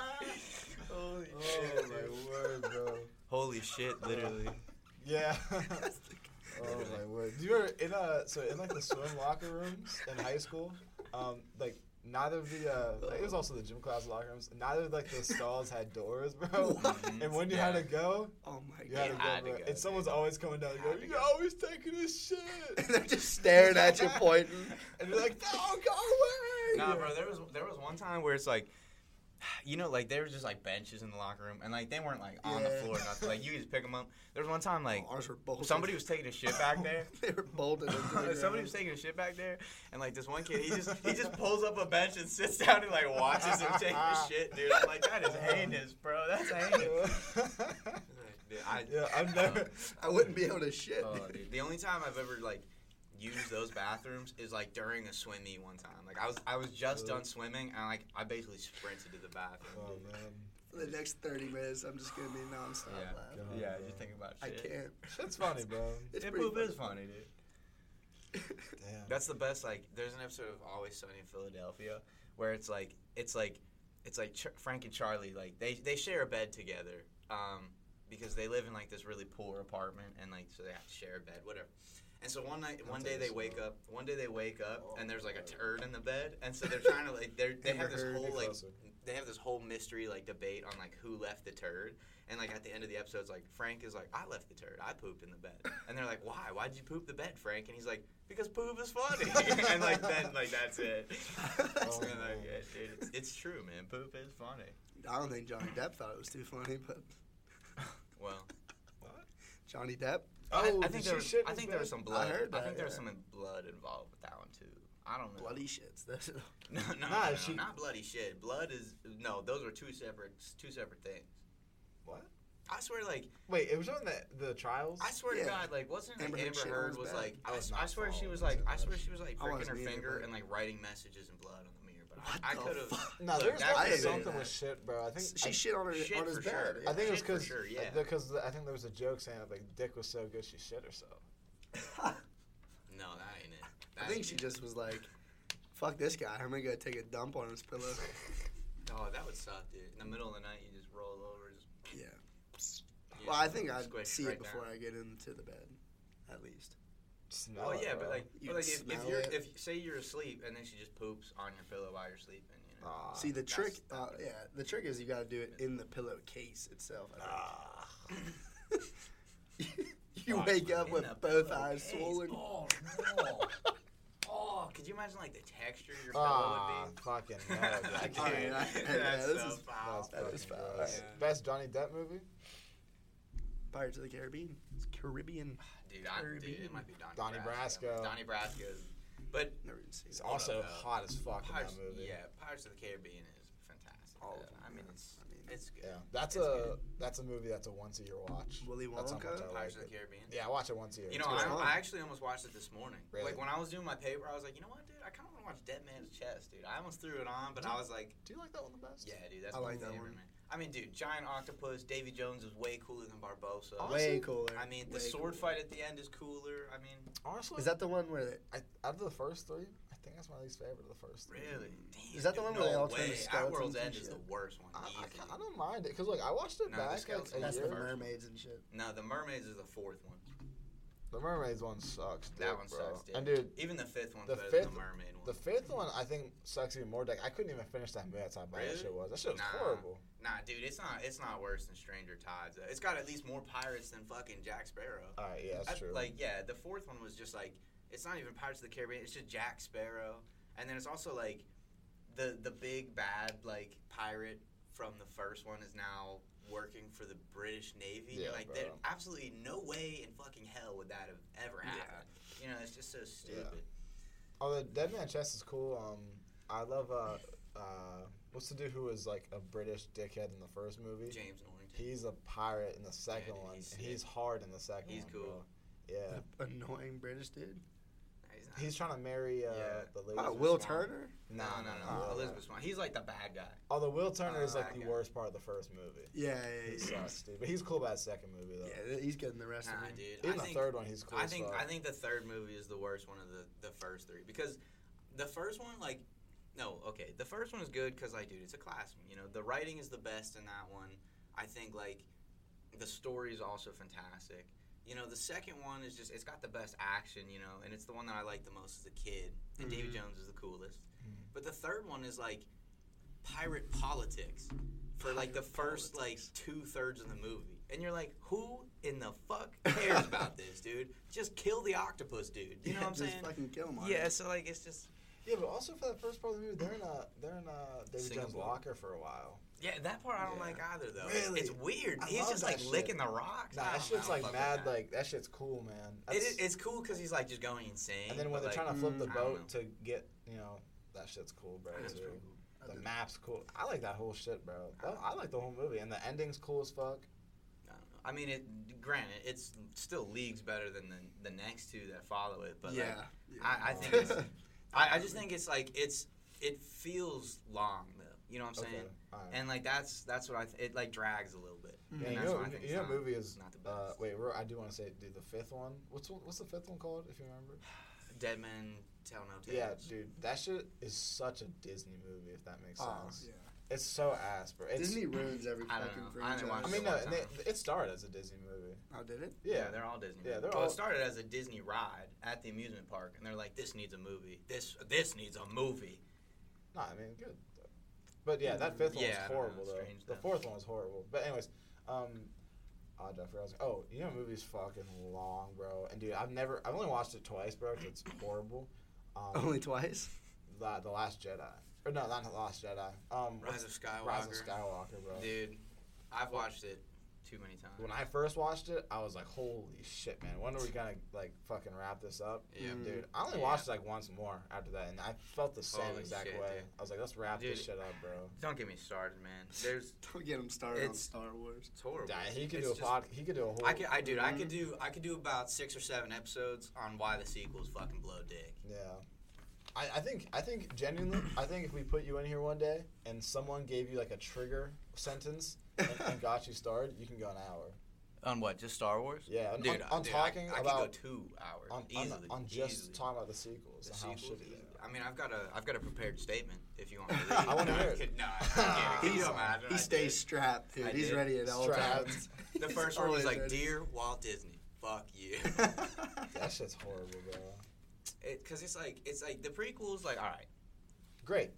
Oh shit, dude. my word, bro. Holy shit, literally. Yeah. That's the- Oh my word. Do you ever in uh so in like the swim locker rooms in high school, um like neither of the uh like, it was also the gym class locker rooms. Neither of like the stalls had doors, bro. and when you had Yeah. to go, Oh my you god! had to go, Had to bro. go, and someone's dude. always coming down. Had Go, to You're go. always taking this shit. And they're just staring at you, pointing. and they're like, no, go away. Nah, bro. There was there was one time where it's like, you know, like there was just like benches in the locker room, and like they weren't like on the Yeah. floor or nothing. Like you could just pick them up. There was one time like Ours were bolted. somebody was taking a shit back there. they were bolted. into the Somebody ground. was taking a shit back there, and like this one kid, he just he just pulls up a bench and sits down and like watches him take the shit, dude. I'm like, that is heinous, bro. That's heinous. Dude, I, yeah, I've never. I wouldn't be able to shit. Oh, dude. dude. The only time I've ever like used those bathrooms is like during a swim meet one time. Like I was I was just done swimming and like I basically sprinted to the bathroom. Oh dude. man, For the next thirty minutes, I'm just gonna be nonstop Yeah. laughing. God, yeah, bro. just think about I shit. can't. shit's funny, bro. It's It pretty poop funny. is funny, dude. Damn. That's the best. Like, there's an episode of Always Sunny in Philadelphia where it's like, it's like, it's like Ch- Frank and Charlie. Like, they they share a bed together um, because they live in like this really poor apartment and like so they have to share a bed, whatever. And so one night, I'll one take day a they smoke. wake up. One day they wake up and there's like a turd in the bed, and so they're trying to like they're, they have this Never heard whole it like closer. they have this whole mystery like debate on like who left the turd. And like at the end of the episode, it's like Frank is like, I left the turd. I pooped in the bed. And they're like, Why? Why'd you poop the bed, Frank? And he's like, Because poop is funny. and like then like that's it. Oh, And, like, man. it- it's, it's true, man. Poop is funny. I don't think Johnny Depp thought it was too funny, but Well, Johnny Depp. Oh, I, I did think she there was, shit in I his think there bed? was some blood. I, heard that, think there was yeah. some blood involved with that one too. I don't know. Bloody shits. That's No, no, Nah, no, she- not bloody shit. Blood is no; those are two separate, two separate things. What? I swear, like Wait, it was on the the trials. I swear Yeah. to God, like wasn't it, like, Amber Heard Amber, shit Heard was was bad. like I I, was I not swear she following was that like too I swear much. she was like I pricking wasn't her either, finger but- and like writing messages in blood on the mirror. But What I, I the could have. fuck? no, Look, there's that was- definitely I didn't something do with shit, bro. I think she I, shit on her Shit on his for bed. sure. yeah. I think it was Shit for because sure, yeah. because I think there was a joke saying that like dick was so good she shit herself. No, that ain't it. I That think ain't she it. just was like, "Fuck this guy. I'm gonna go take a dump on his pillow." Oh, that would suck, dude. In the middle of the night, you just roll over. Just, Yeah. you Well, know, I think I'd squish see right it before down. I get into the bed, at least. Smell Well, it, Oh, yeah, but bro. like, You but, like can if, if smell you're it. if say you're asleep and then she just poops on your pillow while you're sleeping, you know. Ah, see, the that's- trick, that's uh, good. yeah, the trick is you gotta do it in the pillowcase itself. I ah. think. you Fuck, wake up In with the both pillow eyes case. swollen. Oh no. oh, could you imagine like the texture your pillow Ah, would be? fucking no, dude. I I can't. can't. I- yeah, That's this so is- foul. That was fucking foul. gross. Yeah. Best Johnny Depp movie? Pirates of the Caribbean. It's Caribbean. Dude, I, dude, it might be Donnie, Donnie Brasco. Donnie Brasco. is- But Never even seen He's it. Hold also up, uh, hot as fuck in that Pirates, movie. yeah, Pirates of the Caribbean is fantastic. All though. of them, I mean, yeah. it's I mean, it's good. Yeah, that's It's a good. that's a movie that's a once a year watch. Willy That's how much Wonka? I like Pirates of it. the Caribbean. Yeah, I watch it once a year. You know, I, It's good. I actually almost watched it this morning. Really? Like when I was doing my paper, I was like, you know what, dude? I kind of want to watch Dead Man's Chest, dude. I almost threw it on, but I was like, do you like that one the best? yeah, dude, that's I my like that favorite, one. man. I mean, dude, giant octopus. Davy Jones is way cooler than Barbosa. Way cooler. I mean, the Way sword cooler. fight at the end is cooler. I mean, honestly, Is that the one where they, I, out of the first three? I think that's my least favorite of the first three. really? Mm. Is that the dude, one where they no all turn to way. At skeletons World's and End is shit? the worst one. I, I, easily. ca- I don't mind it because like I watched No, it the back like, skeleton- a that's year. the Yeah. mermaids and shit? No, the Mermaids is the fourth one. The mermaids one sucks. That dick, one bro. sucks, dude. And dude, Even the fifth one's The better fifth- than the Mermaid one. the fifth one I think sucks even more. Like I couldn't even finish that movie. That's how bad that Really? shit was. That shit was Nah. horrible. Nah, dude, it's not. It's not worse than Stranger Tides. though. It's got at least more pirates than fucking Jack Sparrow. All right, yeah, that's I- true. Like, yeah, the fourth one was just like it's not even Pirates of the Caribbean. It's just Jack Sparrow, and then it's also like the the big bad like pirate from the first one is now working for the British Navy. Yeah, like, bro. there's absolutely no way in fucking hell would that have ever Yeah. happened. You know, it's just so stupid. Although Dead Man Chest is cool. Um, I love uh, uh, what's the dude who was like a British dickhead in the first movie? James Norrington. He's a pirate in the second dude, one. he's and he's hard in the second He's one. cool. bro. Yeah, Annoying British dude. Nah, he's not. he's trying to marry uh, Yeah. the lady. Oh, from Will Swan. Turner. no, no, no. Uh, Elizabeth Swan. He's like the bad guy. Although Will Turner is Uh, like the okay. worst part of the first movie. Yeah, yeah, He yeah. sucks, dude. But he's cool about the second movie though. yeah. yeah he's getting the rest Nah, of it. dude. I Even the think- third one, he's cool. I as think fuck. I think the third movie is the worst one of the the first three because the first one like no okay the first one is good because like dude it's a classroom you know the writing is the best in that one I think like the story is also fantastic you know the second one is just it's got the best action you know and it's the one that I liked the most as a kid and Davy Mhm. Jones is the coolest Mm-hmm. Mhm. but the third one is like pirate politics for like the Pirate first politics. like two thirds of the movie. And you're like, who in the fuck cares about this, dude? Just kill the octopus, dude. You know Yeah, what I'm just saying? Fucking kill him. Yeah, so like it's just Yeah, but also for that first part of the movie, they're in a they're in a David Jones Singapore. locker for a while. yeah, that part I don't Yeah. like either though. Really? It's weird. I he's love just that like shit. licking the rocks. Nah, I that don't- I shit's don't like fuck with mad. that. Like that shit's cool, man. it That's- is, it's cool because he's like just going insane. And then when but, they're like, mm, trying to flip the I don't boat to get, you know, that shit's cool, bro. That's too. pretty cool. I The did- map's cool. I like that whole shit, bro. I That- I like the whole movie, and the ending's cool as fuck. I don't know. I mean, it. Granted, it's still leagues better than the, the next two that follow it, but like, yeah. I, I think it's, Mm-hmm. I, I just think it's like it's it feels long though. You know what I'm saying? alright. And like that's that's what I th- it like drags a little bit. Yeah, Yeah, and you that's know, why I think you it's know not- movie is. not the best. Uh, wait, we're- I do want to say, dude, the fifth one. What's what's the fifth one called? If you remember. Dead men tell no tales. Yeah, dude, that shit is such a Disney movie. If that makes Oh, sense. yeah. It's so ass, bro. It's, Disney ruins every I don't fucking know. I franchise. didn't watch I mean, no, and they, it started as a Disney movie. oh, did it? Yeah, they're all Disney. Yeah, movies. they're well, all- It started as a Disney ride at the amusement park, and they're like, "This needs a movie. This this needs a movie." no, I mean, good. though. But yeah, that fifth Yeah, one I was don't know, horrible it's though. strange The that- fourth one was horrible. But anyways, um, oh, I forgot. Oh, you know, the movie's fucking long, bro. And dude, I've never, I've only watched it twice, bro. 'cause it's horrible. Um, Only twice. La- the Last Jedi, or no, not the Last Jedi. Um, Rise of Skywalker. Rise of Skywalker, bro. Dude, I've watched it too many times. When I first watched it, I was like, "Holy shit, man! When are we gonna like fucking wrap this up?" Yeah. Mm. dude. I only Yeah. watched it like once more after that, and I felt the same Holy exact shit, way. dude. I was like, "Let's wrap this Dude. shit up, bro." Don't get me started, man. There's Don't get them started on It's- Star Wars. it's horrible. Yeah, he could It's do a just- Mm-hmm. pod. He could do a whole. I could, I dude, I Mhm. could do, I could do about six or seven episodes on why the sequels fucking blow dick. yeah. I, I think I think genuinely I think if we put you in here one day and someone gave you like a trigger sentence and, and got you started, you can go an hour. On what? Just Star Wars? Yeah, on, Dude, on, I- on dude, I- talking I, could about go two hours on, on, easily. on just easily. talking about the sequels The and how sequels, shitty they easily. are. I mean, I've got a, I've got a prepared statement if you want. me to read I wanna No, hear it. No, I can't. Can you He's- imagine? He I did. stays strapped, dude. I He's did. ready at all Strapped. times. The He's first one was always like, ready. "Dear Walt Disney, fuck you." That shit's horrible, bro. Because it's like, it's like the prequels, like, all right. Great.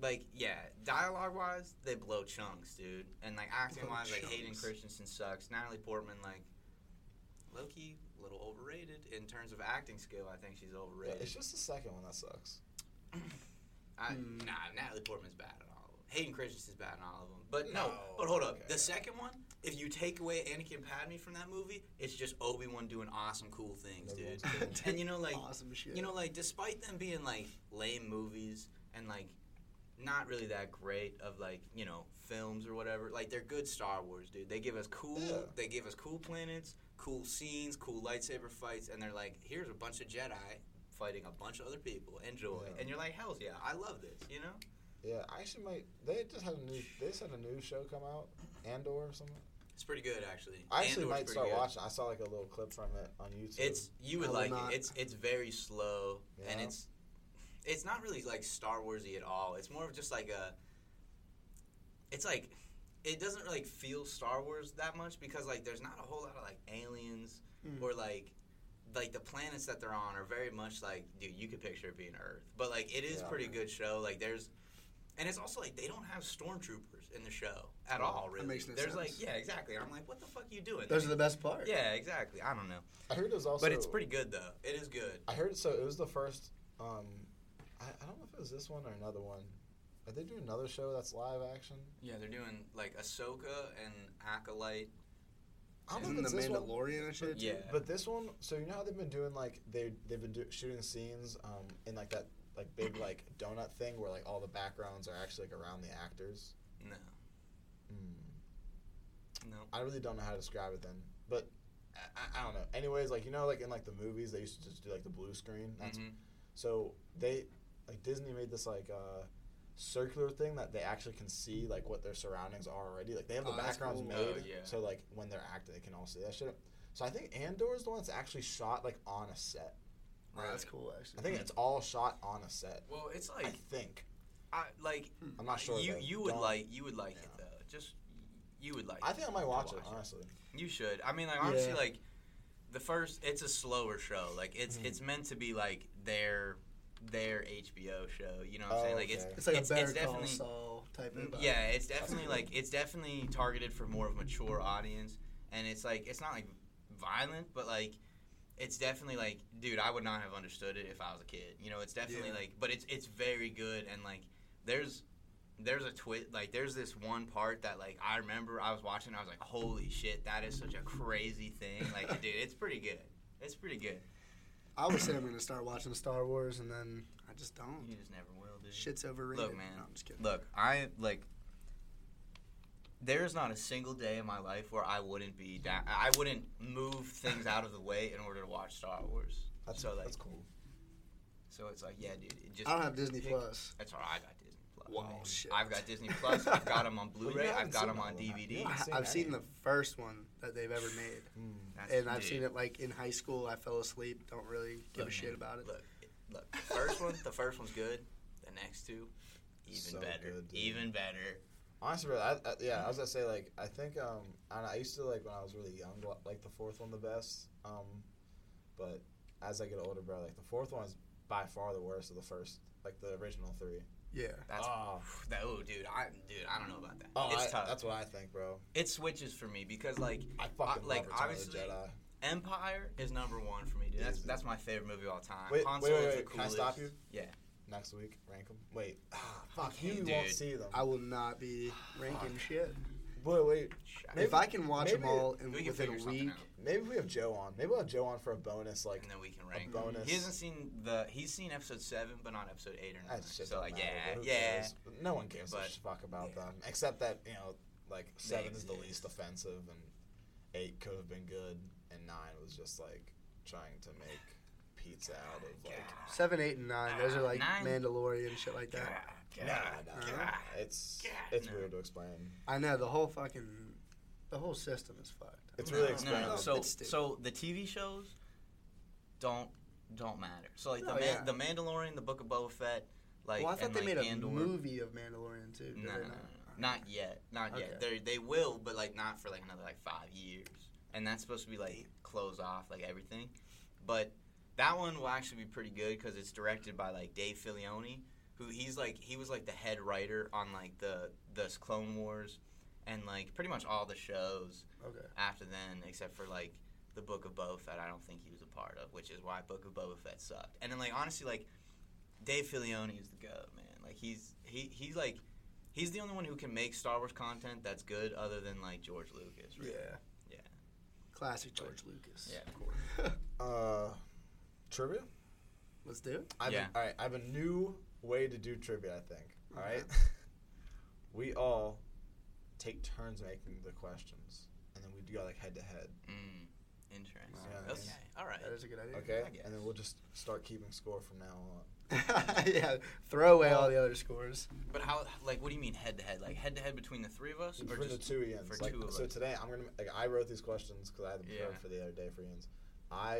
like yeah, dialogue wise, they blow chunks, dude. And like acting Blow wise, like Hayden chunks. Christensen sucks. Natalie Portman, like Loki, a little overrated in terms of acting skill. I think she's Yeah, overrated. it's just the second one that sucks. I, Hmm. Nah, Natalie Portman's bad in all of them. Hayden Christensen's bad in all of them. But no, No, but hold up, Oh, okay. the second one, if you take away Anakin Padme from that movie, it's just Obi Wan doing awesome, cool things, dude. Everyone's cool. And you know, like awesome shit. You know, like despite them being like lame movies and like not really that great of like you know films or whatever, like they're good Star Wars, dude. They give us cool, Yeah. they give us cool planets, cool scenes, cool lightsaber fights, and they're like, here's a bunch of Jedi fighting a bunch of other people. Enjoy, Yeah. and you're like, hell's yeah, I love this, you know. Yeah, I actually might. They just had a new. They just had a new show come out, Andor or something. It's pretty good actually. I actually Andor's might pretty start good. watching. I saw like a little clip from it on YouTube. It's you I would will like not- it. It's it's very slow Yeah. and it's it's not really like Star Warsy at all. It's more of just like a it's like it doesn't really feel Star Wars that much because like there's not a whole lot of like aliens Mm. or like like the planets that they're on are very much like dude you could picture it being Earth but like it is Yeah. pretty good show like there's and it's also like they don't have stormtroopers in the show at Yeah. all That really makes no there's sense. like yeah exactly I'm like what the fuck you doing Those are the best parts. yeah exactly I don't know I heard it was also. but it's pretty good though. It is good. I heard so. It was the first. Um, I, I don't know if it was this one or another one. Are they doing another show that's live action? Yeah, they're doing like Ahsoka and Acolyte. I don't Isn't know the if it's this one. Mandalorian and shit? Yeah. But this one, so you know how they've been doing like they they've been do, shooting scenes um in like that like big like donut thing where like all the backgrounds are actually like around the actors. No, no. Mm. I really don't know how to describe it then, but I, I, I don't know. Anyways, like you know, like in like the movies, they used to just do like the blue screen. That's Mhm. so they like Disney made this like uh, circular thing that they actually can see like what their surroundings are already. Like they have the Oh, that's backgrounds cool. made, Oh, yeah. so like when they're acting, they can all see that shit. So I think Andor is the one that's actually shot like on a set. Oh, that's Right. cool, actually. I think it's all shot on a set. Well, it's I Mm. like think I like Hmm. I'm not sure. you though. you would Don't- like you would like it Yeah. though. Just you would like. I it think I might to watch it honestly. You should. I mean, like honestly, Yeah. like the first, it's a slower show. Like it's Mhm. it's meant to be like their their HBO show. You know what I'm Oh, saying? Like okay. it's It's like it's, a Better it's Call definitely Mm, Saul type of vibe. Yeah, it's definitely cool. like it's definitely targeted for more of a mature audience, and it's like it's not like violent, but like it's definitely like, dude, I would not have understood it if I was a kid. You know, it's definitely Yeah. like, but it's it's very good, and like there's there's a twist, like there's this one part that like I remember I was watching, I was like, holy shit, that is such a crazy thing. Like, dude, it's pretty good. It's pretty good. I would say I'm gonna start watching Star Wars, and then I just don't. You just never will, dude. Shit's overrated. Mm. Look, man. No, I'm just kidding. Look, I like. There is not a single day in my life where I wouldn't be down. I wouldn't move things out of the way in order to watch Star Wars. That's so like, that's cool. so it's like, yeah, dude. It just I don't have Disney pick- Plus. That's all right. I got Disney Plus. Whoa, shit. I've got Disney Plus. I've got them on you Blu-ray. I've haven't got seen them all on of them. DVD. Yeah. I, seen I've that seen yet. the first one that they've ever made, Mm. That's- and I've dude, seen it like in high school. I fell asleep. Don't really give Look, a shit man, about it. Look, look. The first one. The first one's good. The next two, even So better, good, dude. even better. Honestly, bro, I, I, yeah, I was gonna say like I think um I, don't know, I used to like when I was really young li- like the fourth one the best um, but as I get older, bro, like the fourth one is by far the worst of the first like the original three. Yeah. That's oh, Oh, dude, I dude, I don't know about that. oh, Ah. it's I- tough. That's what I think, bro. it switches for me because like I fucking like, love Return obviously- of the Jedi. Empire is number one for me, dude. That's Easy. that's my favorite movie of all time. Wait, Han wait, Solo wait, is wait, the can I stop coolest. Yeah. Next week, rank them. Wait, ah, I fuck, you can't, won't dude. see them. I will not be ranking shit. Wait, wait, Maybe- if I can watch them maybe- all in, we can within figure a something week, out. maybe we have Joe on. Maybe we'll have Joe on for a bonus. Like, and then we can rank. bonus. He hasn't seen the. He's seen episode seven, but not episode eight or nine. that shit So don't like, matter, yeah, but who yeah. cares? No one gives a But- fuck about yeah. them, except that you know, like seven is the exist. least offensive, and eight could have been good, and nine was just like trying to make pizza out of like. seven, eight, and nine. Those are like Nine. Mandalorian shit like that. Nah, nah, nah. It's God, it's no. weird to explain. I know the whole fucking, the whole system is fucked. It's really No, no, no, expensive. So It's stupid. so the TV shows don't don't matter. So like the No, Man- yeah. the Mandalorian, the Book of Boba Fett, like well, I thought and, they like, made a Andor. movie of Mandalorian too. did No, they no, no, no, not? no. not yet, not yet. Okay. They they will, but like not for like another like five years, and that's supposed to be like close off like everything. But that one will actually be pretty good because it's directed by like Dave Filoni, who he's like he was like the head writer on like the the Clone Wars, and like pretty much all the shows Okay. after then, except for like the Book of Boba Fett. I don't think he was a part of, which is why Book of Boba Fett sucked. And then like honestly, like Dave Filoni is the goat, man. Like he's he he's like he's the only one who can make Star Wars content that's good, other than like George Lucas. Right? Yeah. Yeah. Classic George Lucas. Yeah. of course. uh, trivia. Let's do it. I've Yeah. all right. I have a new way to do trivia. I think. All Okay. right. we all take turns making the questions, and then we go like head to head. Mm, interesting. Yeah, okay. All right. That is a good idea. Okay. I guess. And then we'll just start keeping score from now on. yeah. Throw away all the other scores. But how? Like, what do you mean head to head? Like head to head between the three of us, or for just the two Ians. for like, two of so us? today I'm gonna like I wrote these questions because I had them prepared Yeah. for the other day for Ian's. I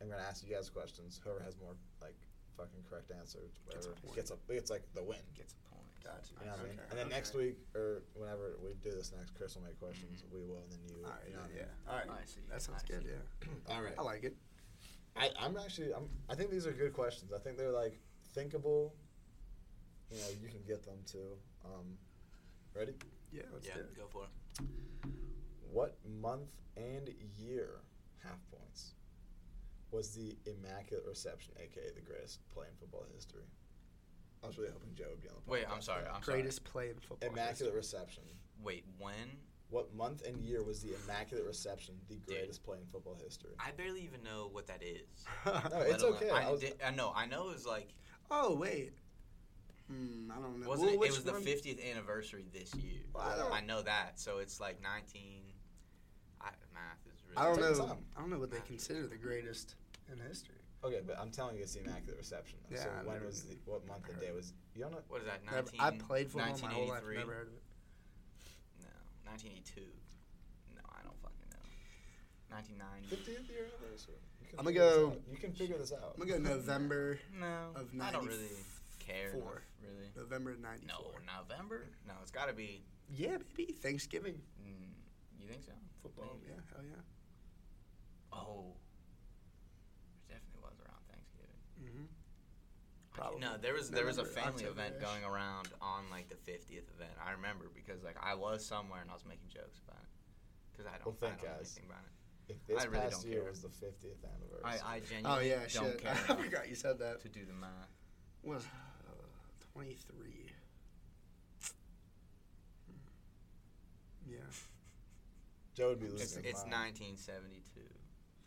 am gonna ask you guys questions. Whoever has more like fucking correct answers, Gets a whatever point. gets up. It's like the win. gets a point? Gotcha. You know what I mean? Okay, And then next okay. Mm-hmm. week or whenever we do this next, Chris will make questions. We will, and then you. All right. you know what I Yeah. mean? All right. I see. That sounds I good. see. Yeah. All right. I like it. I, I'm actually. I'm, I think these are good questions. I think they're like thinkable. You know, you can get them too. Um, ready? Yeah. Let's Yeah. do it. Go for it. What month and year half points was the Immaculate Reception, aka the greatest play in football history? I was really hoping Joe would be on the. Wait, podcast I'm sorry. today. I'm sorry. Greatest play in football. Immaculate Reception. Wait, when? What month and year was the Immaculate Reception the greatest play in football history? I barely even know what that is. No, history. Let it's alone- okay. I, I was- did- I know. I know. It was like oh wait. Hmm. I don't know. wasn't Well, it, which it was the one- 50th anniversary this year. Well, I don't- I know that. So it's like 19. I, math is really. I don't Take your know. time. I don't know what they consider the greatest in history. Okay, but I'm telling you, it's the Immaculate Reception. Yeah, so I've when never- was the, what month and day was? You don't know? What is that? Never, 19, I played football my whole life. 1983? Never heard of it. No, 1982. No, I don't fucking know. 1990. 50th year anniversary. You can I'm gonna figure this go- out. You can figure this out. I'm gonna go November. No, Of I don't 90 really care. four. enough, really. November '94. No, November. No, it's got to be. Yeah, baby. Thanksgiving Mm, you think so? football. Maybe. Yeah. Hell yeah. Oh, it definitely was around Thanksgiving. Mm-hmm. Probably. Probably. No, there was there was a November, family event October-ish. going around on like the fiftieth event. I remember because like I was somewhere and I was making jokes about it because I don't, Well, I thank don't know guys. anything about it. If this I really past don't year care. was the 50th anniversary. I, I Oh genuinely don't yeah. Shit. care I enough forgot you said that. to do the math. Was uh, 23. Hmm. Yeah. Joe would be It's, losing. it's his mind. nineteen seventy two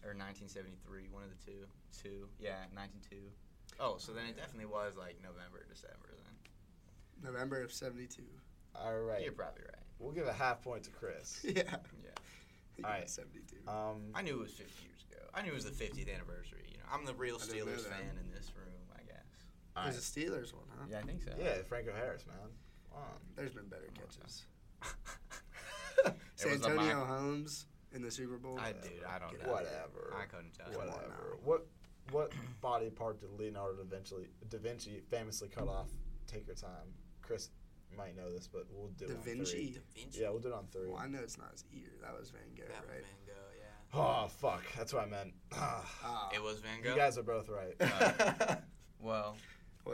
or nineteen seventy three. One of the two. Two. Yeah, nineteen two. Oh, so then it definitely was like November, December. Then November of 72. All right. you're probably right. We'll give a half point to Chris. Yeah. Yeah, Yeah, Alright. 72. Um, I knew it was fifty years ago. I knew it was the fiftieth anniversary. You know, I'm the real I didn't know Steelers that. fan in this room, I guess. all There's right. a Steelers one, huh? Yeah, I think so. yeah, Franco Harris, man. Come on. There's been better Come on, catches. It San was a mi- Antonio Holmes in the Super Bowl. I, dude, I don't Get know. out of Whatever. I couldn't tell. Come on Whatever. now. What what body part did Leonardo da Vinci, da Vinci famously cut off? Take your time. Chris might know this, but we'll do Da it on Vinci. three. Da Vinci. Yeah, we'll do it on three. Well, I know it's not his ear. That was Van Gogh, That was right? Van Gogh, yeah. Oh fuck, that's what I meant. Ah. It was Van Gogh. you guys are both right. uh, well, well,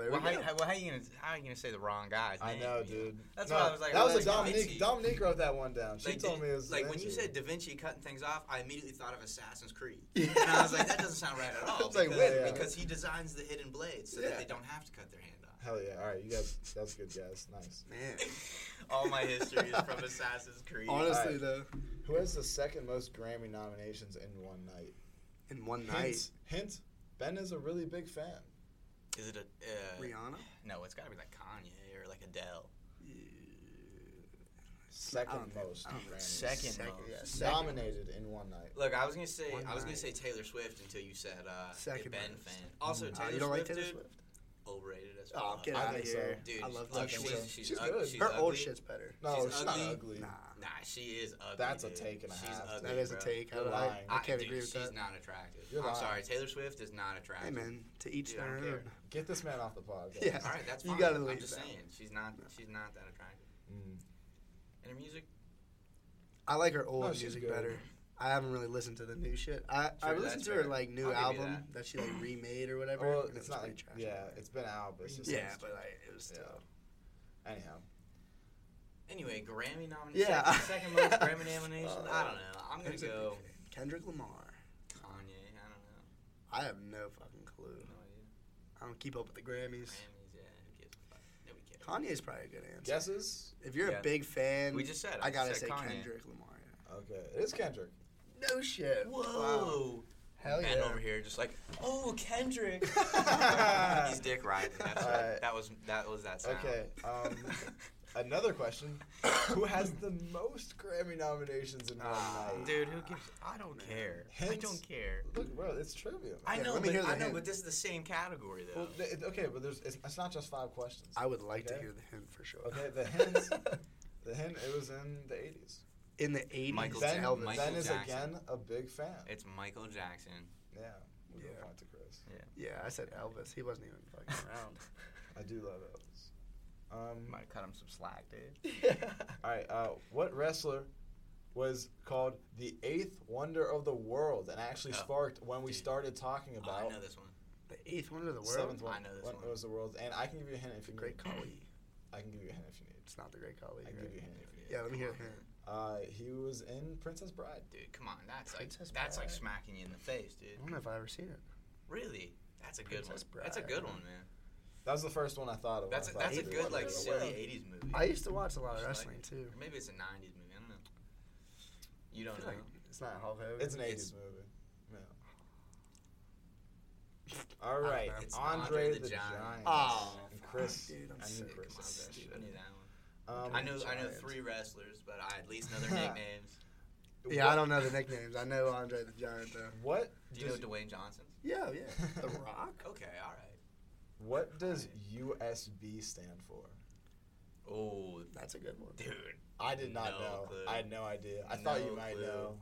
there well we how, go. how, well, how you gonna how you gonna say the wrong guy's I name, know, you dude. That's No, why I was like, that I was like a Da Dominique. Vinci. Dominique wrote that one down. She Like, told did- me it was Da like when you Vinci. said Da Vinci cutting things off, I immediately thought of Assassin's Creed, Yeah. and I was like, that doesn't sound right at all. It's like, because, wait a minute. because he designs the hidden blades so Yeah. that they don't have to cut their hand off. Hell yeah! All right, you guys, that's good, guys. Nice. Man, all my history is from Assassin's Creed. honestly Alright. though, Who has the second most Grammy nominations in one night? in one night, Hint, hint. Ben is a really big fan. Is it a uh, Rihanna. No, it's gotta be like Kanye or like Adele. Second don't think- most I don't Grammys. think- Second most. Oh, yeah, second. nominated in one night. Look, I was gonna say One I was gonna night. say Taylor Swift until you said uh, Second a Ben most. fan. Also, Oh, Taylor you don't like Swift, Taylor dude, Swift? overrated as well. Oh, get I out of think so. here! Dude, I love Taylor look, Taylor she's, Swift. Swift. she's, She's ug- good. she's Her old ugly. shit's better. No, She's she's not ugly. ugly. Nah, Nah, she is ugly. That's a dude. take and a she's half. That Ugly, that is a bro. take. I, You're don't- I, lying. I can't dude, agree with she's that. not attractive. You're I'm lying. sorry, Taylor Swift is not attractive. Hey man, to each Dude, I their don't own. care. Get this man off the podcast. Yeah. All right, that's You fine. gotta I'm leave just that. saying, she's not she's not that attractive. Mm. And her music, I like her old No, she's music good. better. I haven't really listened to the new shit. I, I Sure, listened that's to her fair. like new I'll give you album that. that. she like remade or whatever. Well, and it it's was not pretty like, trash. yeah, it's been out, but it's just yeah, like- but like it was still. anyhow. anyway, Grammy nomination. Yeah. second, second most Grammy nomination. I Uh, don't know. I'm gonna That's a big go fan. Kendrick Lamar. Kanye. I don't know. I have no fucking clue. No idea. I don't keep up with the Grammys. Grammys, yeah. Who gives a fuck? Nobody cares. Kanye's probably a good answer. Guesses? If you're Yeah. a big fan, We just said. it. I gotta Said say Kanye. Kendrick Lamar. yeah. Okay. It is Kendrick. No shit. Wow. Whoa! Hell Ben yeah. over here, just like, oh Kendrick. He's dick riding. That's All what- right. That was that was that sound. Okay. Um, another question. Who has the most Grammy nominations in one Ah, night? Dude, who gives? I don't care. I Hence- don't care. Look, bro, it's trivia. I Yeah, know, let me but, hear the I know, hint. but this is the same category though. Well, th- it- okay, but there's it's, it's not just five questions. I would like to Okay. hear the hint for sure. Okay, the hints. the hint, it was in the 80s. In the 80s, Michael ben, Jackson. Elvis. Michael ben is Jackson. again a big fan. it's Michael Jackson. yeah. We Yeah. go point to Chris. Yeah, I said Elvis. He wasn't even fucking around. I do love Elvis. Um, Might cut him some slack, dude. Oh, all right, uh, what wrestler was called the eighth wonder of the world and actually Oh, sparked when we dude. started talking Oh, I about know this one. the eighth wonder of the world. seventh I one, know this when one. it was the world's and I can give you a hint if The you Great need. Khali. I can give you a hint if you need. It's not the Great Khali. I can give you a Right? hint. If you need. Yeah, let me hear the Come on, hint. Uh, he was in Princess Bride. Dude, come on. That's like Princess that's like Bride. smacking you in the face, dude. I don't know if I've ever seen it. Really? That's a good Princess one. That's a Bride. good one, man. That was the first one I thought of. when That's I a, thought that's a of Eighth the good Wonder like of the silly World. '80s movie. I used to watch a lot of Just like- wrestling too. Or maybe it's a '90s movie. I don't know. You I don't feel know. like it's not Hulk Hogan. It's an It's- 80s movie. Yeah. All right, know. It's Andre, the, Giant. Oh, and fuck, Chris, dude, I'm I knew sick. Chris My would bad. say I that. knew that one. Um, I know I know Giant. three wrestlers, but I at least know their nicknames. yeah, I what- don't know the nicknames. I know Andre the Giant though. What Do you does, know Dwayne Johnson? Yeah, yeah. the Rock. Okay, all right. what does USB stand for? Oh, That's a good one. dude. I did not No know. clue. I had no idea. I thought you No might clue. know.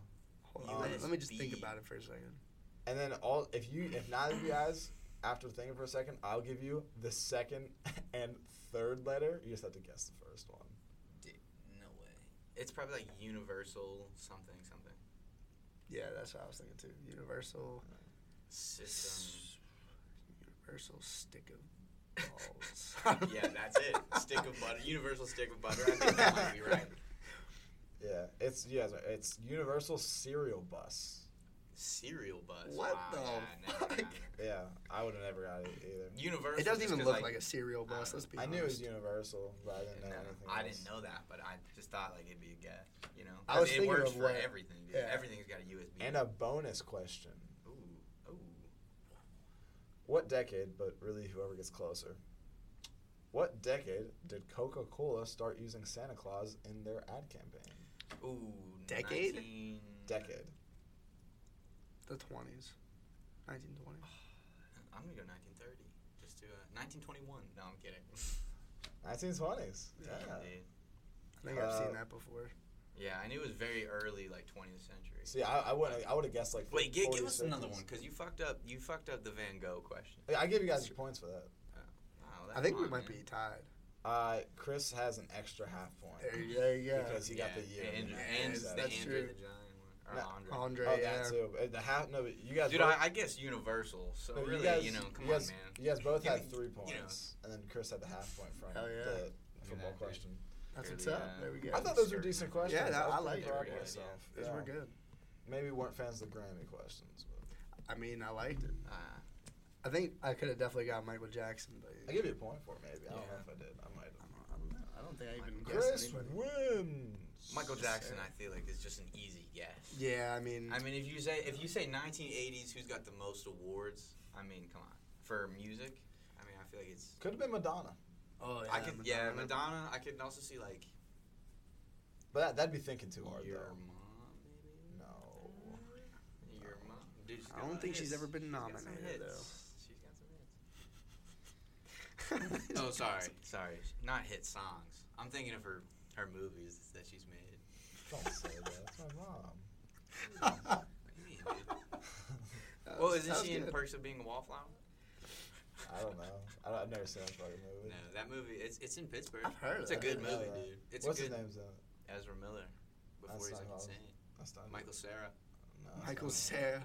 Hold Um, on. Let me just think USB. about it for a second. And then all if you if neither of you guys after thinking for a second, I'll give you the second and third letter. You just have to guess the first one. No way. It's probably like Universal something something Yeah, that's what I was thinking too. Universal, system. Universal stick of balls. yeah, that's it. Stick of butter, universal stick of butter. I think that might be right. Yeah, it's yeah, it's Universal Serial Bus. Cereal bus. What Wow, the yeah, I never got fuck? it. Yeah, I would have never got it either. Universal. It doesn't just even 'cause, look like, a cereal I bus. Let's be I honest. knew it was Universal, but I didn't know no, anything. I else. didn't know that, but I just thought like it'd be a guess. You know, I was it thinking works of for what- everything, dude. yeah. Everything's got a USB. And a bonus question: ooh, ooh. What decade? But really, whoever gets closer. What decade did Coca-Cola start using Santa Claus in their ad campaign? Ooh, Decade? 19... Decade. The twenties, nineteen twenties. I'm gonna go 1930. Just to uh, 1921. No, I'm kidding. 1920s. Yeah. dude. I think I've Uh, seen that before. yeah, I knew it was very early, like 20th century. See, I, I would I would have guessed like. Wait, give, 40s, give us another 50s. one because you fucked up. You fucked up the Van Gogh question. I gave you guys your points for that. Wow, I that's think we fine, might man. be tied. Uh, Chris has an extra half point There, you- there you go. because he got the year. And, Yeah, and, that's the that's Andre true. the Giant one. Or No, Andre. Andre, Oh, yeah. that too. But The half. No, but you guys. Dude, both- I, I guess Universal. So no, really, you, guys- know, come you guys, on, man. You guys both Give had me- three you know. points, and then Chris had the half point from Hell yeah. the Look football that, dude. question. That's what's Yeah. up. There we go. I thought those were decent questions. Yeah, that- was I pretty like it. proud of They were good, myself. Those Yeah. were good. Maybe weren't fans of the Grammy questions. But I mean, I liked it. Ah, I think I could have definitely got Michael Jackson, but I give you a point for it, maybe. I don't know Yeah. if I did. I might have. I don't, I don't know. I don't think I even guessed Chris anybody. wins. Michael Jackson, I feel like is just an easy guess. Yeah, I mean, I mean, if you say if you say 1980s, who's got the most awards? I mean, come on, for music. I mean, I feel like it's. Could have been Madonna, oh yeah, I could, yeah, Madonna. Madonna. I could also see like but that, that'd be thinking too hard your though. mom, maybe. No. Your mom. Dude, she's I got don't some think she's hits. ever been She's got some nominated, hits. She's got some hits. Oh, oh, sorry, sorry. Not hit songs. I'm thinking of her her movies that she's made. Don't say that. That's my mom. What do you mean, dude? Well, isn't she in Perks of Being a Wallflower? I don't know. I don't, I've never seen that fucking movie. No, that movie. It's it's in Pittsburgh. I've heard of It's a that. good Yeah, movie, yeah. dude. It's Uh, What's a good. his name's in it? Ezra Miller. Before That's he's like not insane. That's not Michael Sarah. No, that's Michael not- Sarah?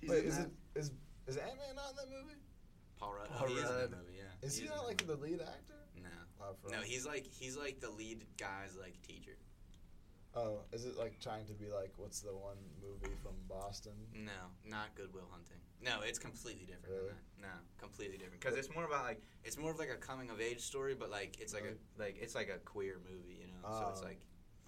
He's Wait, in is that. it is is Ant Man not in that movie? Paul Rudd. Paul he is in that Rudd. movie. Yeah. Is he in not that like movie. the lead actor? No. Oh, for No, real? he's like he's like the lead guy's like teacher. Oh, is it like trying to be like what's the one movie from Boston? No, not Goodwill Hunting. No, it's completely different. Really? Than that. No, completely different. Because it's more about like it's more of like a coming of age story, but like it's like Really? a like it's like a queer movie, you know. so it's Oh. like,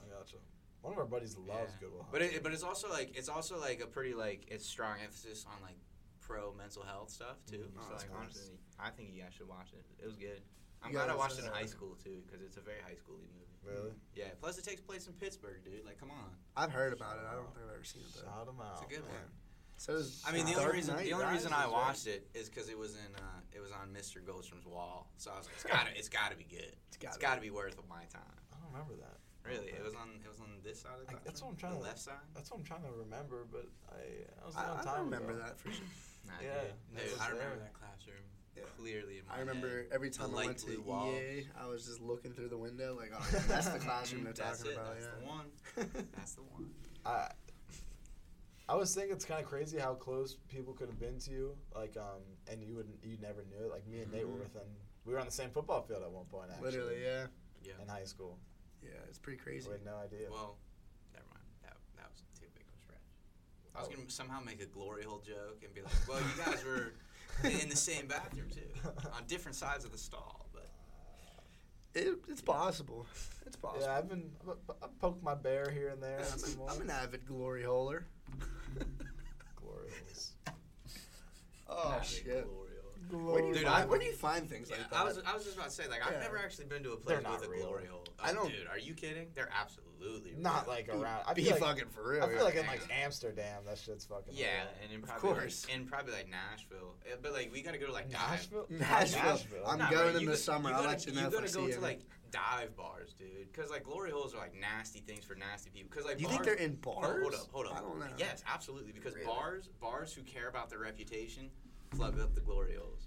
I gotcha. One of our buddies loves Yeah. Goodwill Hunting. but it, but it's also like it's also like a pretty like it's strong emphasis on like pro mental health stuff too. Mhm. Oh, so that's like nice. honestly, I think you guys should watch it. It was good. I'm You glad I guys, watched it in uh, high school too, because it's a very high schooly movie. really, Yeah. Plus, it takes place in Pittsburgh, dude. Like, come on. I've heard about it. I don't think I've ever seen it though. shout him out. good man. one. So is I mean, the Dark only reason Knight the only Rises, reason I right? watched it is because it was in uh, it was on Mr. Goldstrom's wall, so I was like, it's gotta it's gotta be good. It's It's got gotta be worth of my time. I don't remember that. Really, Okay. it was on it was on this side of the I- that's classroom? what I'm trying the to- left side. That's what I'm trying to remember, but I I was a long I, I time remember ago. that for sure. Nah, Yeah, dude. that Dude, was I remember there. that classroom Yeah. clearly. In my I remember every time I light went to blue wall. EA, I was just looking through the window like, oh, yeah, that's the head. classroom they're Mhm, that's it, talking about. That's the one. yeah. That's the one. I I was thinking it's kind of crazy how close people could have been to you, like um, and you wouldn't, you never knew it. Like me and Nate Mm-hmm. were Mhm. within, we were on the same football field at one point, actually, Literally, yeah. Yeah. in high school. Yeah, it's pretty crazy. We had no idea. Well, never mind. That that was too big of a stretch. I was Oh. gonna somehow make a glory hole joke and be like, well, you guys were Oh. in the same bathroom too, on different sides of the stall, but. It, it's possible. It's possible. yeah, I've been, I poked my bear here and there. I'm, and some a- more. I'm an avid glory holer. Glorious. oh, Not a shit. glory hole. Where do, you Dude, find, I- where do you find things Yeah, like that? I was I was just about to say like Yeah. I've never actually been to a They're place not with a real. glory hole. I I don't- don't. Dude, are you kidding? They're absolutely Not real. like Dude, around. I be feel like, fucking for real. I feel yeah. like in yeah. like Amsterdam, that shit's fucking. Yeah, real. and in Of probably course. like, and probably like Nashville, Uh, but like we gotta go to like dive. Nashville. Nashville. I'm Nah, going bro, in you the go- summer. I'll gotta- let you know if gotta I see go it. to like dive bars, dude, because like glory holes are like nasty things for nasty people. Because like you think bars- they're in No, bars? hold up, hold up. I don't know. Yes, absolutely. Because Really? bars, bars who care about their reputation, plug up the glory holes.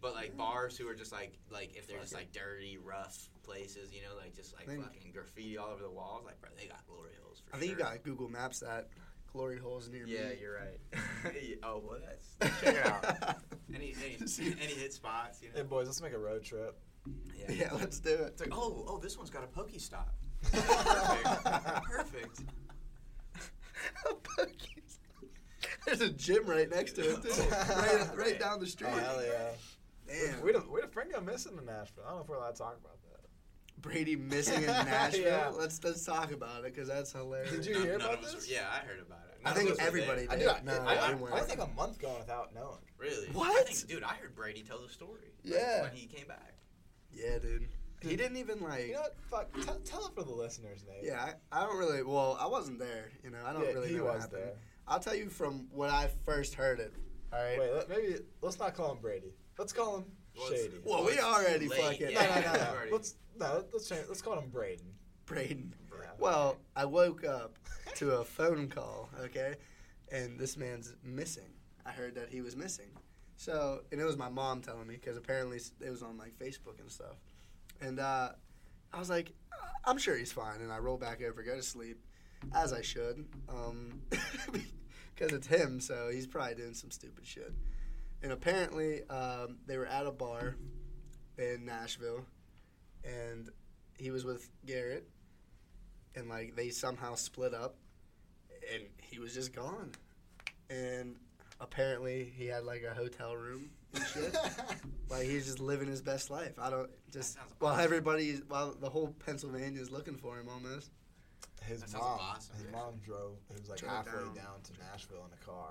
But like bars who are just like like if they're just Fuck like dirty, rough places, you know, like just like Think- fucking graffiti all over the walls, like bro, they got glory holes. For I think sure. you got Google Maps that glory holes near me. Yeah, you're right. Yeah, oh well, that's check it out. Any any, any hit spots, you Hey know? boys, let's make a road trip. yeah, let's do it. It's like, oh, oh, this one's got a pokey stop. Perfect. Perfect. There's a gym right next to it, too. right, right down the Oh street. hell yeah! Damn. We had a, we had a friend go missing in Nashville. I don't know if we're allowed to talk about that. Brady missing in Nashville. Yeah. Let's let's talk about it because that's hilarious. Did you None- hear none about of us this? were- yeah, I heard about it. I None think of us were everybody there. did. I, did, I, No, I, I, they weren't. I think a month going without knowing. Really? What? I think, dude, I heard Brady tell the story. like, Yeah. when he came back. Yeah, dude. He didn't even like. You know what? Fuck. Tell, tell it for the listeners, Nate. yeah, I, I don't really. Well, I wasn't there. You know, I don't Yeah, really he know what was happened. there. I'll tell you from when I first heard it. All right. Wait, let, maybe let's not call him Brady. Let's call him Well, it's- Shady. Well, we it's already late, fucking- no, no, no, we've no. already- Let's no. Let's change. Let's call him Braden. Braden. Yeah. Well, I woke up to a phone call. Okay, and this man's missing. I heard that he was missing. So, and it was my mom telling me because apparently s- it was on like Facebook and stuff. And uh, I was like, "Uh, I'm sure he's fine. And I roll back over, go to sleep, as I should, um, because it's him, so he's probably doing some stupid shit. And apparently, um, they were at a bar in Nashville, and he was with Garrett, and like they somehow split up, and he was just gone. And apparently, he had like a hotel room and shit. Like he's just living his best life. I don't just That sounds while awesome. everybody while the whole Pennsylvania is looking for him almost. His That sounds mom, awesome, his dude. mom drove. He was like Drove halfway down. down. to Nashville in a car.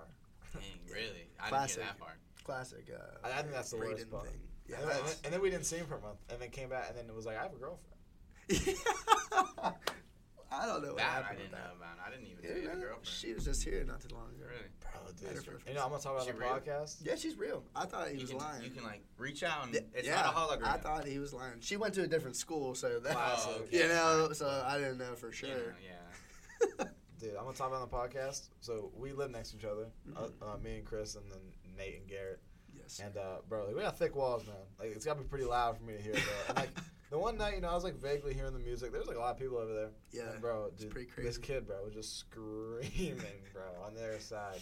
Dang, really? I Classic. didn't hear that part. Classic. Uh, I- I think that's the worst Braden part. thing. Yeah. and, then, that's- and then we didn't see him for a month, and then came back, and then it was like I have a girlfriend. I don't know what That I happened. didn't with know that. about. I didn't even Yeah, know you man, had a girlfriend. She was just here not too long ago. really? Bro, Had her dude. for a You know I'm gonna talk about She it on the real? podcast. Yeah, she's real. I thought he you was can, lying. You can like reach out and Yeah, it's yeah, not a hologram. I thought he was lying. She went to a different school, so that Wow, you okay. know, so I didn't know for You sure. know, yeah. Dude, I'm gonna talk about it on the podcast. So we live next to each other, Mhm. uh, uh, me and Chris, and then Nate and Garrett. yes. And uh, bro, like, we got thick walls, man. Like it's gotta be pretty loud for me to hear. Bro. And, like the one night, you know, I was like vaguely hearing the music. There's like a lot of people over there. yeah. And, bro, dude, pretty this crazy. kid, bro, was just screaming, bro, on their side.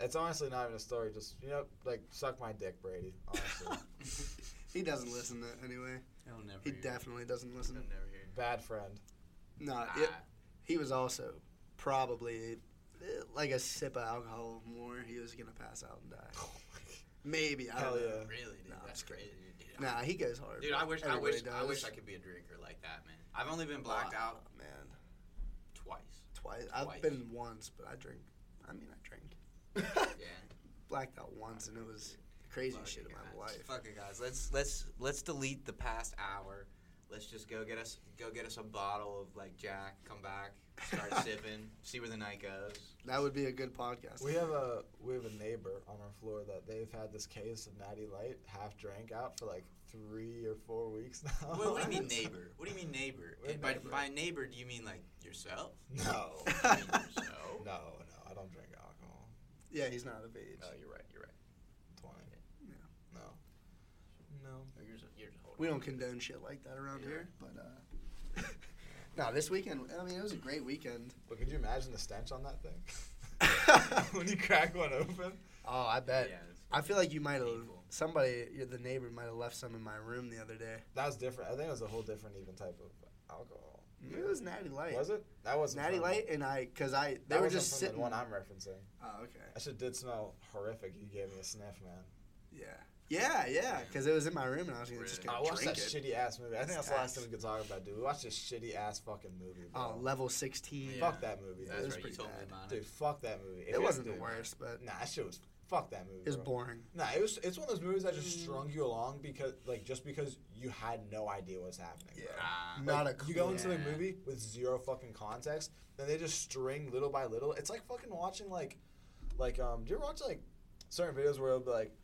It's honestly not even a story. Just you know, like suck my dick, Brady. Honestly, he doesn't listen to it anyway. He'll never He hear. definitely doesn't He'll listen. never hear. bad friend. No, Ah, it, he was also probably eh, like a sip of alcohol more. He was gonna pass out and die. Oh Maybe I Hell don't know. yeah. really, dude. Nah, I'm that's just kidding. crazy, dude. I- Nah, he goes hard. Dude, I wish, I Everybody wish, I does. wish I could be a drinker like that, man. I've only been blacked out Oh, man, twice. twice. Twice. I've been once, but I drink. I mean, I drink. Yeah. Blacked out once, and it was the craziest shit of Fuck it, my guys. life. Fuck it, guys. Let's let's let's delete the past hour. Let's just go get us go get us a bottle of like Jack. Come back, start sipping, see where the night goes. That would be a good podcast. We have a we have a neighbor on our floor that they've had this case of Natty Light half drank out for like three or four weeks now. Oh. What, what do you mean neighbor? What do you mean neighbor? We're And by, neighbor. by neighbor, do you mean like yourself? Oh, No, no, You mean yourself? no. I don't drink alcohol. Oh, yeah, he's not of age. No, you're right. You're right. Twenty. Yeah. No. No. No, You're just, you're just holding. We don't condone shit like that around Yeah. here, but uh, no, this weekend. I mean, it was a great weekend. But could you imagine the stench on that thing? when you crack one open. Oh, I Yeah, bet. it's- I feel like you might have Painful. somebody, your- the neighbor might have left some in my room the other day. That was different. I think it was a whole different even type of alcohol. It was Natty Light. Was it? That wasn't Natty from- Light and I, cause I they that were wasn't just from sitting. The one I'm referencing. oh, okay. That shit did smell horrific. You gave me a sniff, man. Yeah. Yeah, yeah, Yeah. cause it was in my room and I was gonna, Really? just Yeah, gonna I watched drink that it. shitty ass movie. I think that's the That's- last thing we could talk about, dude. We watched this shitty ass fucking movie. Bro. Oh, level sixteen. Yeah. Fuck that movie. That's was right. You pretty told me bad. about Dude, it. fuck that movie. If It you- wasn't dude, the worst, but Nah, that shit was. Fuck that movie. it was bro. boring. Nah, it was. It's one of those movies that just strung you along because, like, just because you had no idea what's happening. bro. Yeah. Ah, No. Like, Not a you go into the clue. movie with zero fucking context, and they just string little by little. It's like fucking watching like, like um, do you ever watch like certain videos where it'll be like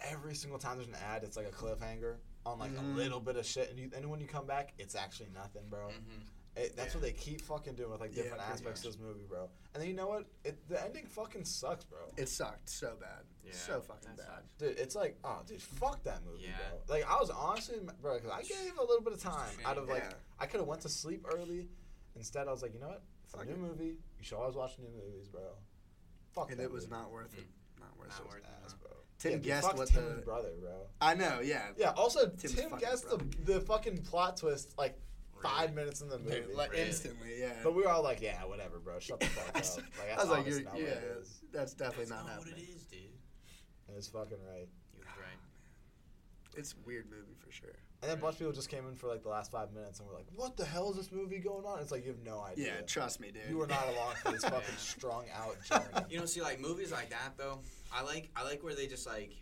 every single time there's an ad, it's like a cliffhanger on like Mhm. a little bit of shit, and, you, and when you come back, it's actually nothing, bro. mhm. It, that's what they keep fucking doing with like Mm. Yeah, different pretty aspects of this movie, bro. And then you know what? It, the ending fucking sucks, bro. It sucked so bad. Yeah. So fucking That bad. Dude, it's like, oh, dude, fuck that movie, Yeah. bro. Like, I was honestly, bro, 'cause I gave a little bit of time out of like, Yeah. I could have went to sleep early. Instead, I was like, you know what? It's a Fuck new it. movie. You should always watch new movies, bro. Fuck And that it was movie. not worth it. Not worth Mm. Not it. worth it, ass, no. bro. Tim yeah, dude, guessed fuck what Tim's the- brother, bro. I know. Yeah. Yeah. Also, Tim's Tim fucking guessed the, the fucking plot twist like five minutes in the movie. Dude, like, Really? instantly. Yeah. but we were all like, yeah, whatever, bro. Shut the fuck up. Like, I was like, honestly you're, not what yeah, it is. that's definitely That's not, not what happening. it is, dude. It was fucking right. You're right. It's a weird movie for sure. And then a Right. bunch of people just came in for like the last five minutes and were like, what the hell is this movie going on? It's like, you have no idea. Yeah, trust me, dude. You were not along for this fucking Yeah. strung out journey. You know, see, like movies like that though, I like I like where they just like,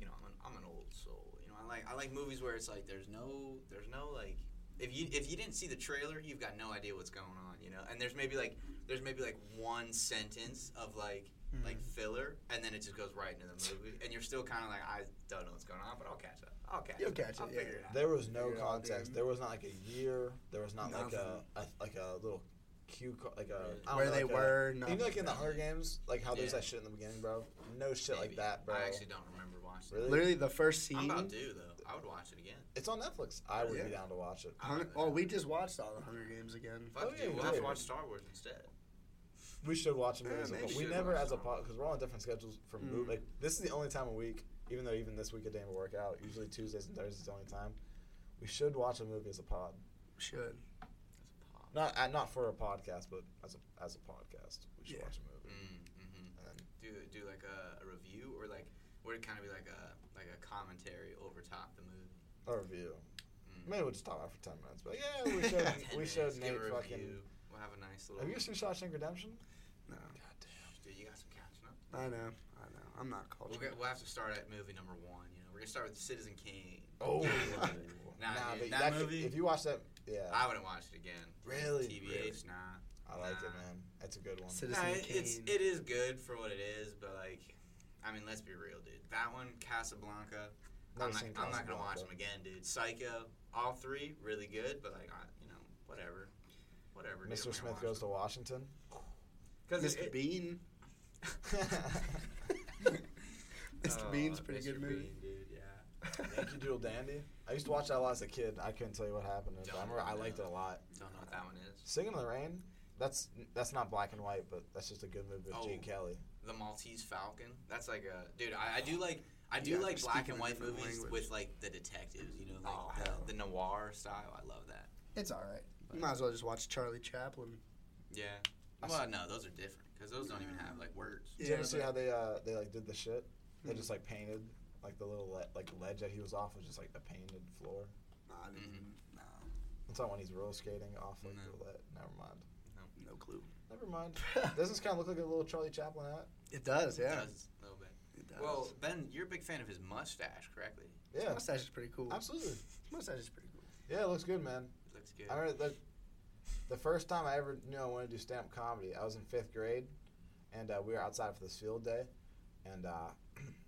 you know, I'm an, I'm an old soul. You know, I like I like movies where it's like there's no there's no like if you if you didn't see the trailer, you've got no idea what's going on. You know, and there's maybe like there's maybe like one sentence of like Hmm. like filler, and then it just goes right into the movie, and you're still kind of like I don't know what's going on, but I'll catch up. I'll catch. You'll up. catch I'll it, yeah. figure it out. There was no Figure it out, context. dude. There was not like a year. There was not like a, Nothing. a like a little cue co- like a I don't Where know, they like a- were. you nothing. know, like in the Hunger Games, like how there's Yeah. that shit in the beginning, bro. No shit Maybe. like that, bro. I actually don't remember watching. Really? Literally the first it. I'm scene. about to though. I would watch it again. It's on Netflix. I would Yeah. be down to watch it. Hun- Oh, we just watched all the Hunger Games again. Fuck, Oh, dude, yeah, we'll have to yeah. watch Star Wars instead. We should watch Yeah, movies, as a maybe whole. we We should never watch as a Star Wars. because we're on different schedules for Mm. movie. Like this is the only time a week, even though even this week it didn't work out. Usually Tuesdays and Thursdays is the only time. We should watch a movie as a pod. Should. That's a pop. Not uh, not for a podcast, but as a as a podcast, we should Yeah. watch a movie. Mm, hmm And then- Do do like a, a review or like would it kind of be like a like a commentary over top the movie? or review. Mm. Maybe we'll just talk about it for ten minutes. But yeah, we should Ten we minutes, should give Nate a fucking. review. We'll have a nice little. Have you seen Shawshank Redemption? No. Dude, you got some catching up. I know. I know. I'm not We'll, cultured. get, we'll have to start at movie number one. You know, we're gonna start with Citizen Kane. Oh, nah, nah, dude, but that could- movie- If you watch that, yeah, I wouldn't watch it again. Really? TBH, nah. I like it, nah. man. That's a good one. Citizen Nah, it- it's Kane. it is good for what it is, but like, I mean, let's be real, dude. That one, Casablanca. Never I'm not, seen I'm not gonna watch Casablanca. them again, dude. Psycho, all three really good, but like, I, you know, whatever, whatever. Mr. Smith goes to Washington. because Mr. Bean. Mr. Bean's a pretty good movie. Oh, dude. Yeah. Yankee Doodle Dandy. I used to watch that a lot as a kid. I couldn't tell you what happened. but I remember I Don't liked it a lot. Don't know what that one is. Singing in the Rain. That's that's not black and white, but that's just a good movie with Oh. Gene Kelly. The Maltese Falcon. That's like a dude. I, I do like. I do Oh. Yeah, like speaking black and a white different movies language. with like the detectives. You know, like Oh, the, hell. the noir style. I love that. It's all right. You might as well just watch Charlie Chaplin. Yeah. I Well, no, those are different because those don't even have like words. Did you ever see how they uh, they like did the shit? They Mhm. just like painted like the little le- like ledge that he was off was just like a painted floor. Nah, I didn't- nah, It's not when he's roller skating off like No. the ledge. Never mind. no clue. Never mind. Doesn't this kind of look like a little Charlie Chaplin hat? it does, yeah. It does, a little bit. It does. Well, Ben, you're a big fan of his mustache, correctly? His Yeah, mustache is pretty cool. absolutely. His mustache is pretty cool. Yeah, it looks good, man. It looks good. I remember the, the first time I ever knew I wanted to do stand up comedy. I was in fifth grade, and uh, we were outside for this field day, and uh,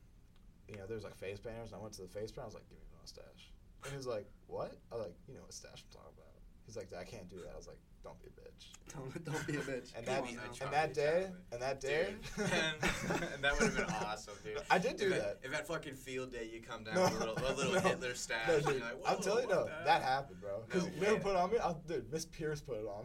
you know there was like face painters. And I went to the face painter. I was like, "Give me a mustache," and he was like, "What?" I was like, "You know what mustache I'm talking about." He's like, "I can't do that." I was like, "Don't be a bitch." Don't, don't be a bitch. And Come that on now, and Charlie that day Chaplin. and that day, Dude, and that would have been awesome, dude. I did do if that. At, if at fucking field day you come down No, with a little, a little no, Hitler stash, No, and dude, you're like, I'm "Whoa, telling you, what no, the hap- that happened, bro. No Because you know way. who put it on me? I, dude, Miss Pierce put it on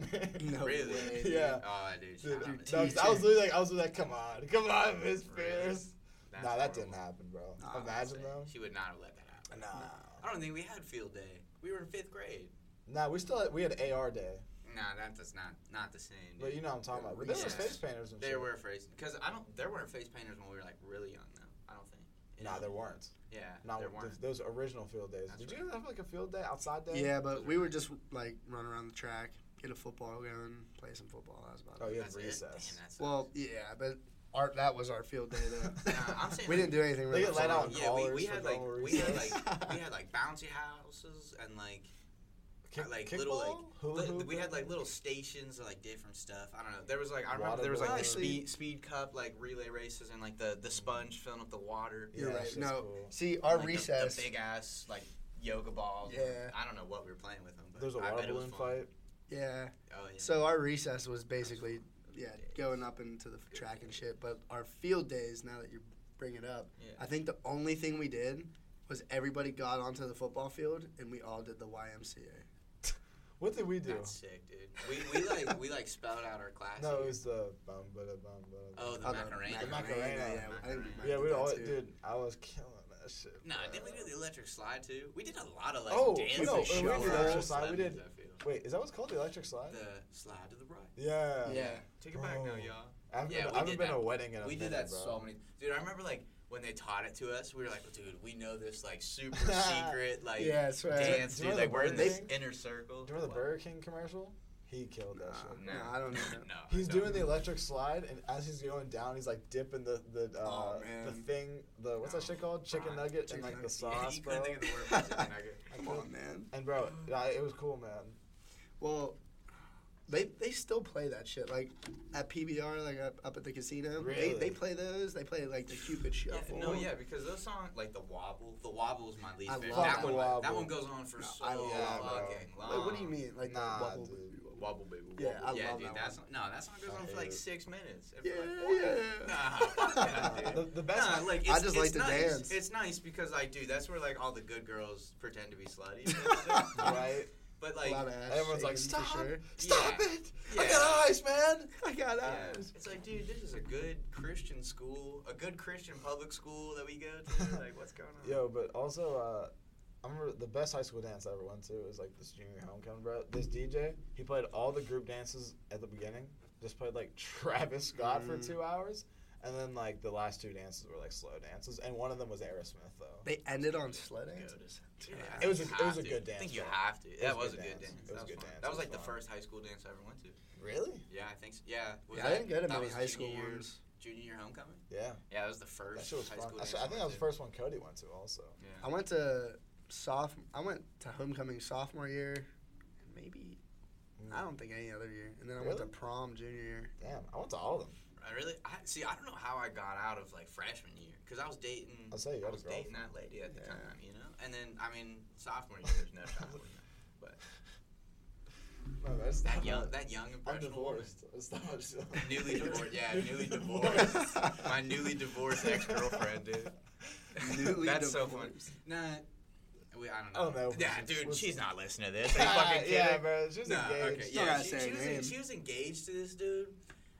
me. No Really? way. Yeah. Oh, dude, Dude, shout out dude, to that was- I teacher. was literally like, I was like, come on, come on, Miss Really? Pierce. That's nah, that horrible. didn't happen, bro. Nah, Imagine that's it. though. She would not have let that happen. Nah. I don't think we had field day. We were in fifth grade. Nah, we still had, we had AR day, Nah, that- that's not not the same. Dude. but you know what I'm talking about. But there was Yeah. face painters and There shit. were face because I don't. There weren't face painters when we were like really young though. I don't think. You Nah, know? there weren't. Yeah, Not there with weren't. those original field days. That's Did you ever have like a field day outside day? Yeah, but we would just like run around the track, get a football going, play some football. That was about Oh, it. you That's had it? recess. Damn, that's Well, yeah, but our that was our field day though. Nah, I'm saying we like- didn't do anything They really. get let out fun. in yeah, we, collars we for had like no we had reason. like we had like bouncy houses and like Kick, like, kickball? little, Hula li- hoop? we had like little stations of like different stuff. I don't know. There was like I remember Water there was like the balloon. speed speed cup like relay races and like the the sponge filling up the water. Yeah, You're that right. shit's No. cool. See, our Like, the- recess. the, big ass like yoga balls. Yeah. I don't know what we were playing with them. But There's a I water bet it was balloon fun. fight. yeah. Oh yeah. So our recess was basically yeah Days. going up into the track and shit. But our field days, now that you bring it up, Yeah. I think the only thing we did was everybody got onto the football field and we all did the YMCA. What did we do? That's sick, dude. We, we like we like spelled out our classes. No, it was the bum bada bum bada. oh, the Oh, Macarena. The Macarena. Yeah, I think Macarena. we might yeah, do we that always, too. dude. I was killing that shit. Nah, bro. didn't we do the electric slide too? We did a lot of like Oh, dancing. no, we shows. did the electric slide, we Celebrities, did- I feel. Wait, is that what's called the electric slide? The slide to the right. Yeah. Yeah. Take it back now, Oh. Bro. y'all. I haven't Yeah, been, we I haven't did been that. to a wedding in a We minute, did that bro. so many. Dude, I remember like when they taught it to us, we were like, dude, we know this like super secret like yeah, that's right. dance, Do you dude. know Like the we're in Burger this King? inner circle. Do you remember the What? Burger King commercial? He killed that Nah. shit. No, I don't know. no, I He's don't. doing the electric slide, and as he's going down, he's like dipping the the uh, Oh, man. the thing, the what's that shit called? Chicken Fry. nugget Chicken and like the nugget. Yeah, sauce, you bro. couldn't think of the word for chicken nugget. I Come couldn't- on, man. And bro, yeah, it was cool, man. Well, They they still play that shit like at PBR like up, up at the casino. Really? They they play those. They play like the Cupid Yeah, Shuffle. no, yeah, because those songs, like the wobble, the wobble is my least I favorite. love that The one, that Wobble. one goes on for so I love fucking that. long. Like, what do you mean? Like Nah, the wobble, dude. Wobble baby. Wobble. Yeah, I yeah, love dude, that that's no, that song goes I on for hate like it. six minutes. And Yeah, for, like, yeah, what? yeah. Nah, fuck that, The, dude. the best. Nah, like, I it's- just it's like to nice. dance. It's nice because, like, dude, that's where like all the good girls pretend to be slutty. right? But a like, lot of ass Everyone's like, shaking for stop, sure. stop Yeah. it! I Yeah. got eyes, man. I got yeah, eyes. it's like, dude, this is a good Christian school, a good Christian public school that we go to. Like, what's going on? Yo, but also, uh, I remember the best high school dance I ever went to was like this junior homecoming. Bro, this DJ, he played all the group dances at the beginning. Just played like Travis Scott for Mm. two hours, and then like the last two dances were like slow dances, and one of them was Aerosmith though. They ended on sledding. Yeah, It I was think a- you it was have a to. good I think dance, you though. have to. That was a good dance. dance. It was That a good fun. dance. It That was was like the fun. first high school dance I ever went to. Really? Yeah, I think so. Yeah. Was I that- didn't go to that many was high school junior year- ones. Junior year homecoming? Yeah, Yeah, that was the that first shit was high fun. school I, dance. I think that was the went first one Cody went to also. to. I Yeah. went to sophomore. I went to homecoming sophomore year, and maybe Mm. I don't think any other year. And then I went to Really? prom junior year. Damn, I went to all of them. I really I see I don't know how I got out of like freshman year cuz I was dating I'll say you I had a was dating that lady at the Yeah. time, you know? And then I mean sophomore year there's no shot. I wouldn't know. No, that's That not- young that young I'm impressionable woman. divorced. It's not much. Newly divorced, yeah, newly divorced. My newly divorced ex-girlfriend, dude. Newly That's so divorced. funny. Nah. We, I don't know. I don't know. Yeah, Was- dude, was- She's not listening to this. Are you fucking Yeah, kidding? yeah, bro. She was No, engaged. okay, Still yeah, gotta she, say she her was, name. she was engaged to this dude,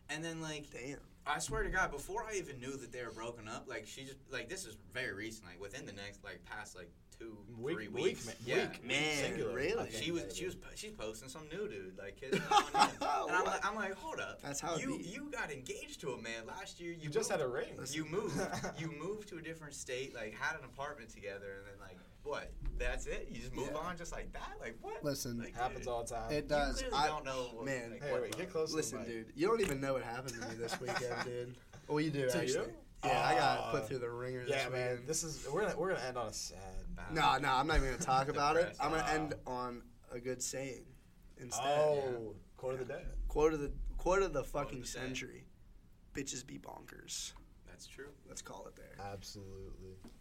and then like Damn. I swear to God, before I even knew that they were broken up, like she just like this is very recent, like within the next like past like two Week- three week, weeks, ma- yeah. week. Man, Singular, I really? think, She was maybe. she was po- she's posting some new dude like his and I'm like I'm like hold up That's how it you be. you got engaged to a man last year you You just moved, had a ring. you moved you moved to a different state like had an apartment together and then like what that's it you just move Yeah. on just like that like what Listen, Like, Happens dude, all the time. it does. you clearly I, don't know what, man. like, Hey, what wait, love get close. to the listen, mic. dude, you don't even know what happened to me this weekend, dude. Well, you do To actually. you? Yeah, I got Uh, put through the ringer Yeah, this man. weekend. This is we're gonna we're gonna end on a sad. is. No, no, I'm not even gonna talk about it. Depressed. I'm gonna Ah. end on a good saying instead. Oh, quarter of the day. Quote of the quote of the fucking the day. century. Bitches be bonkers. That's true. Let's call it there. Absolutely.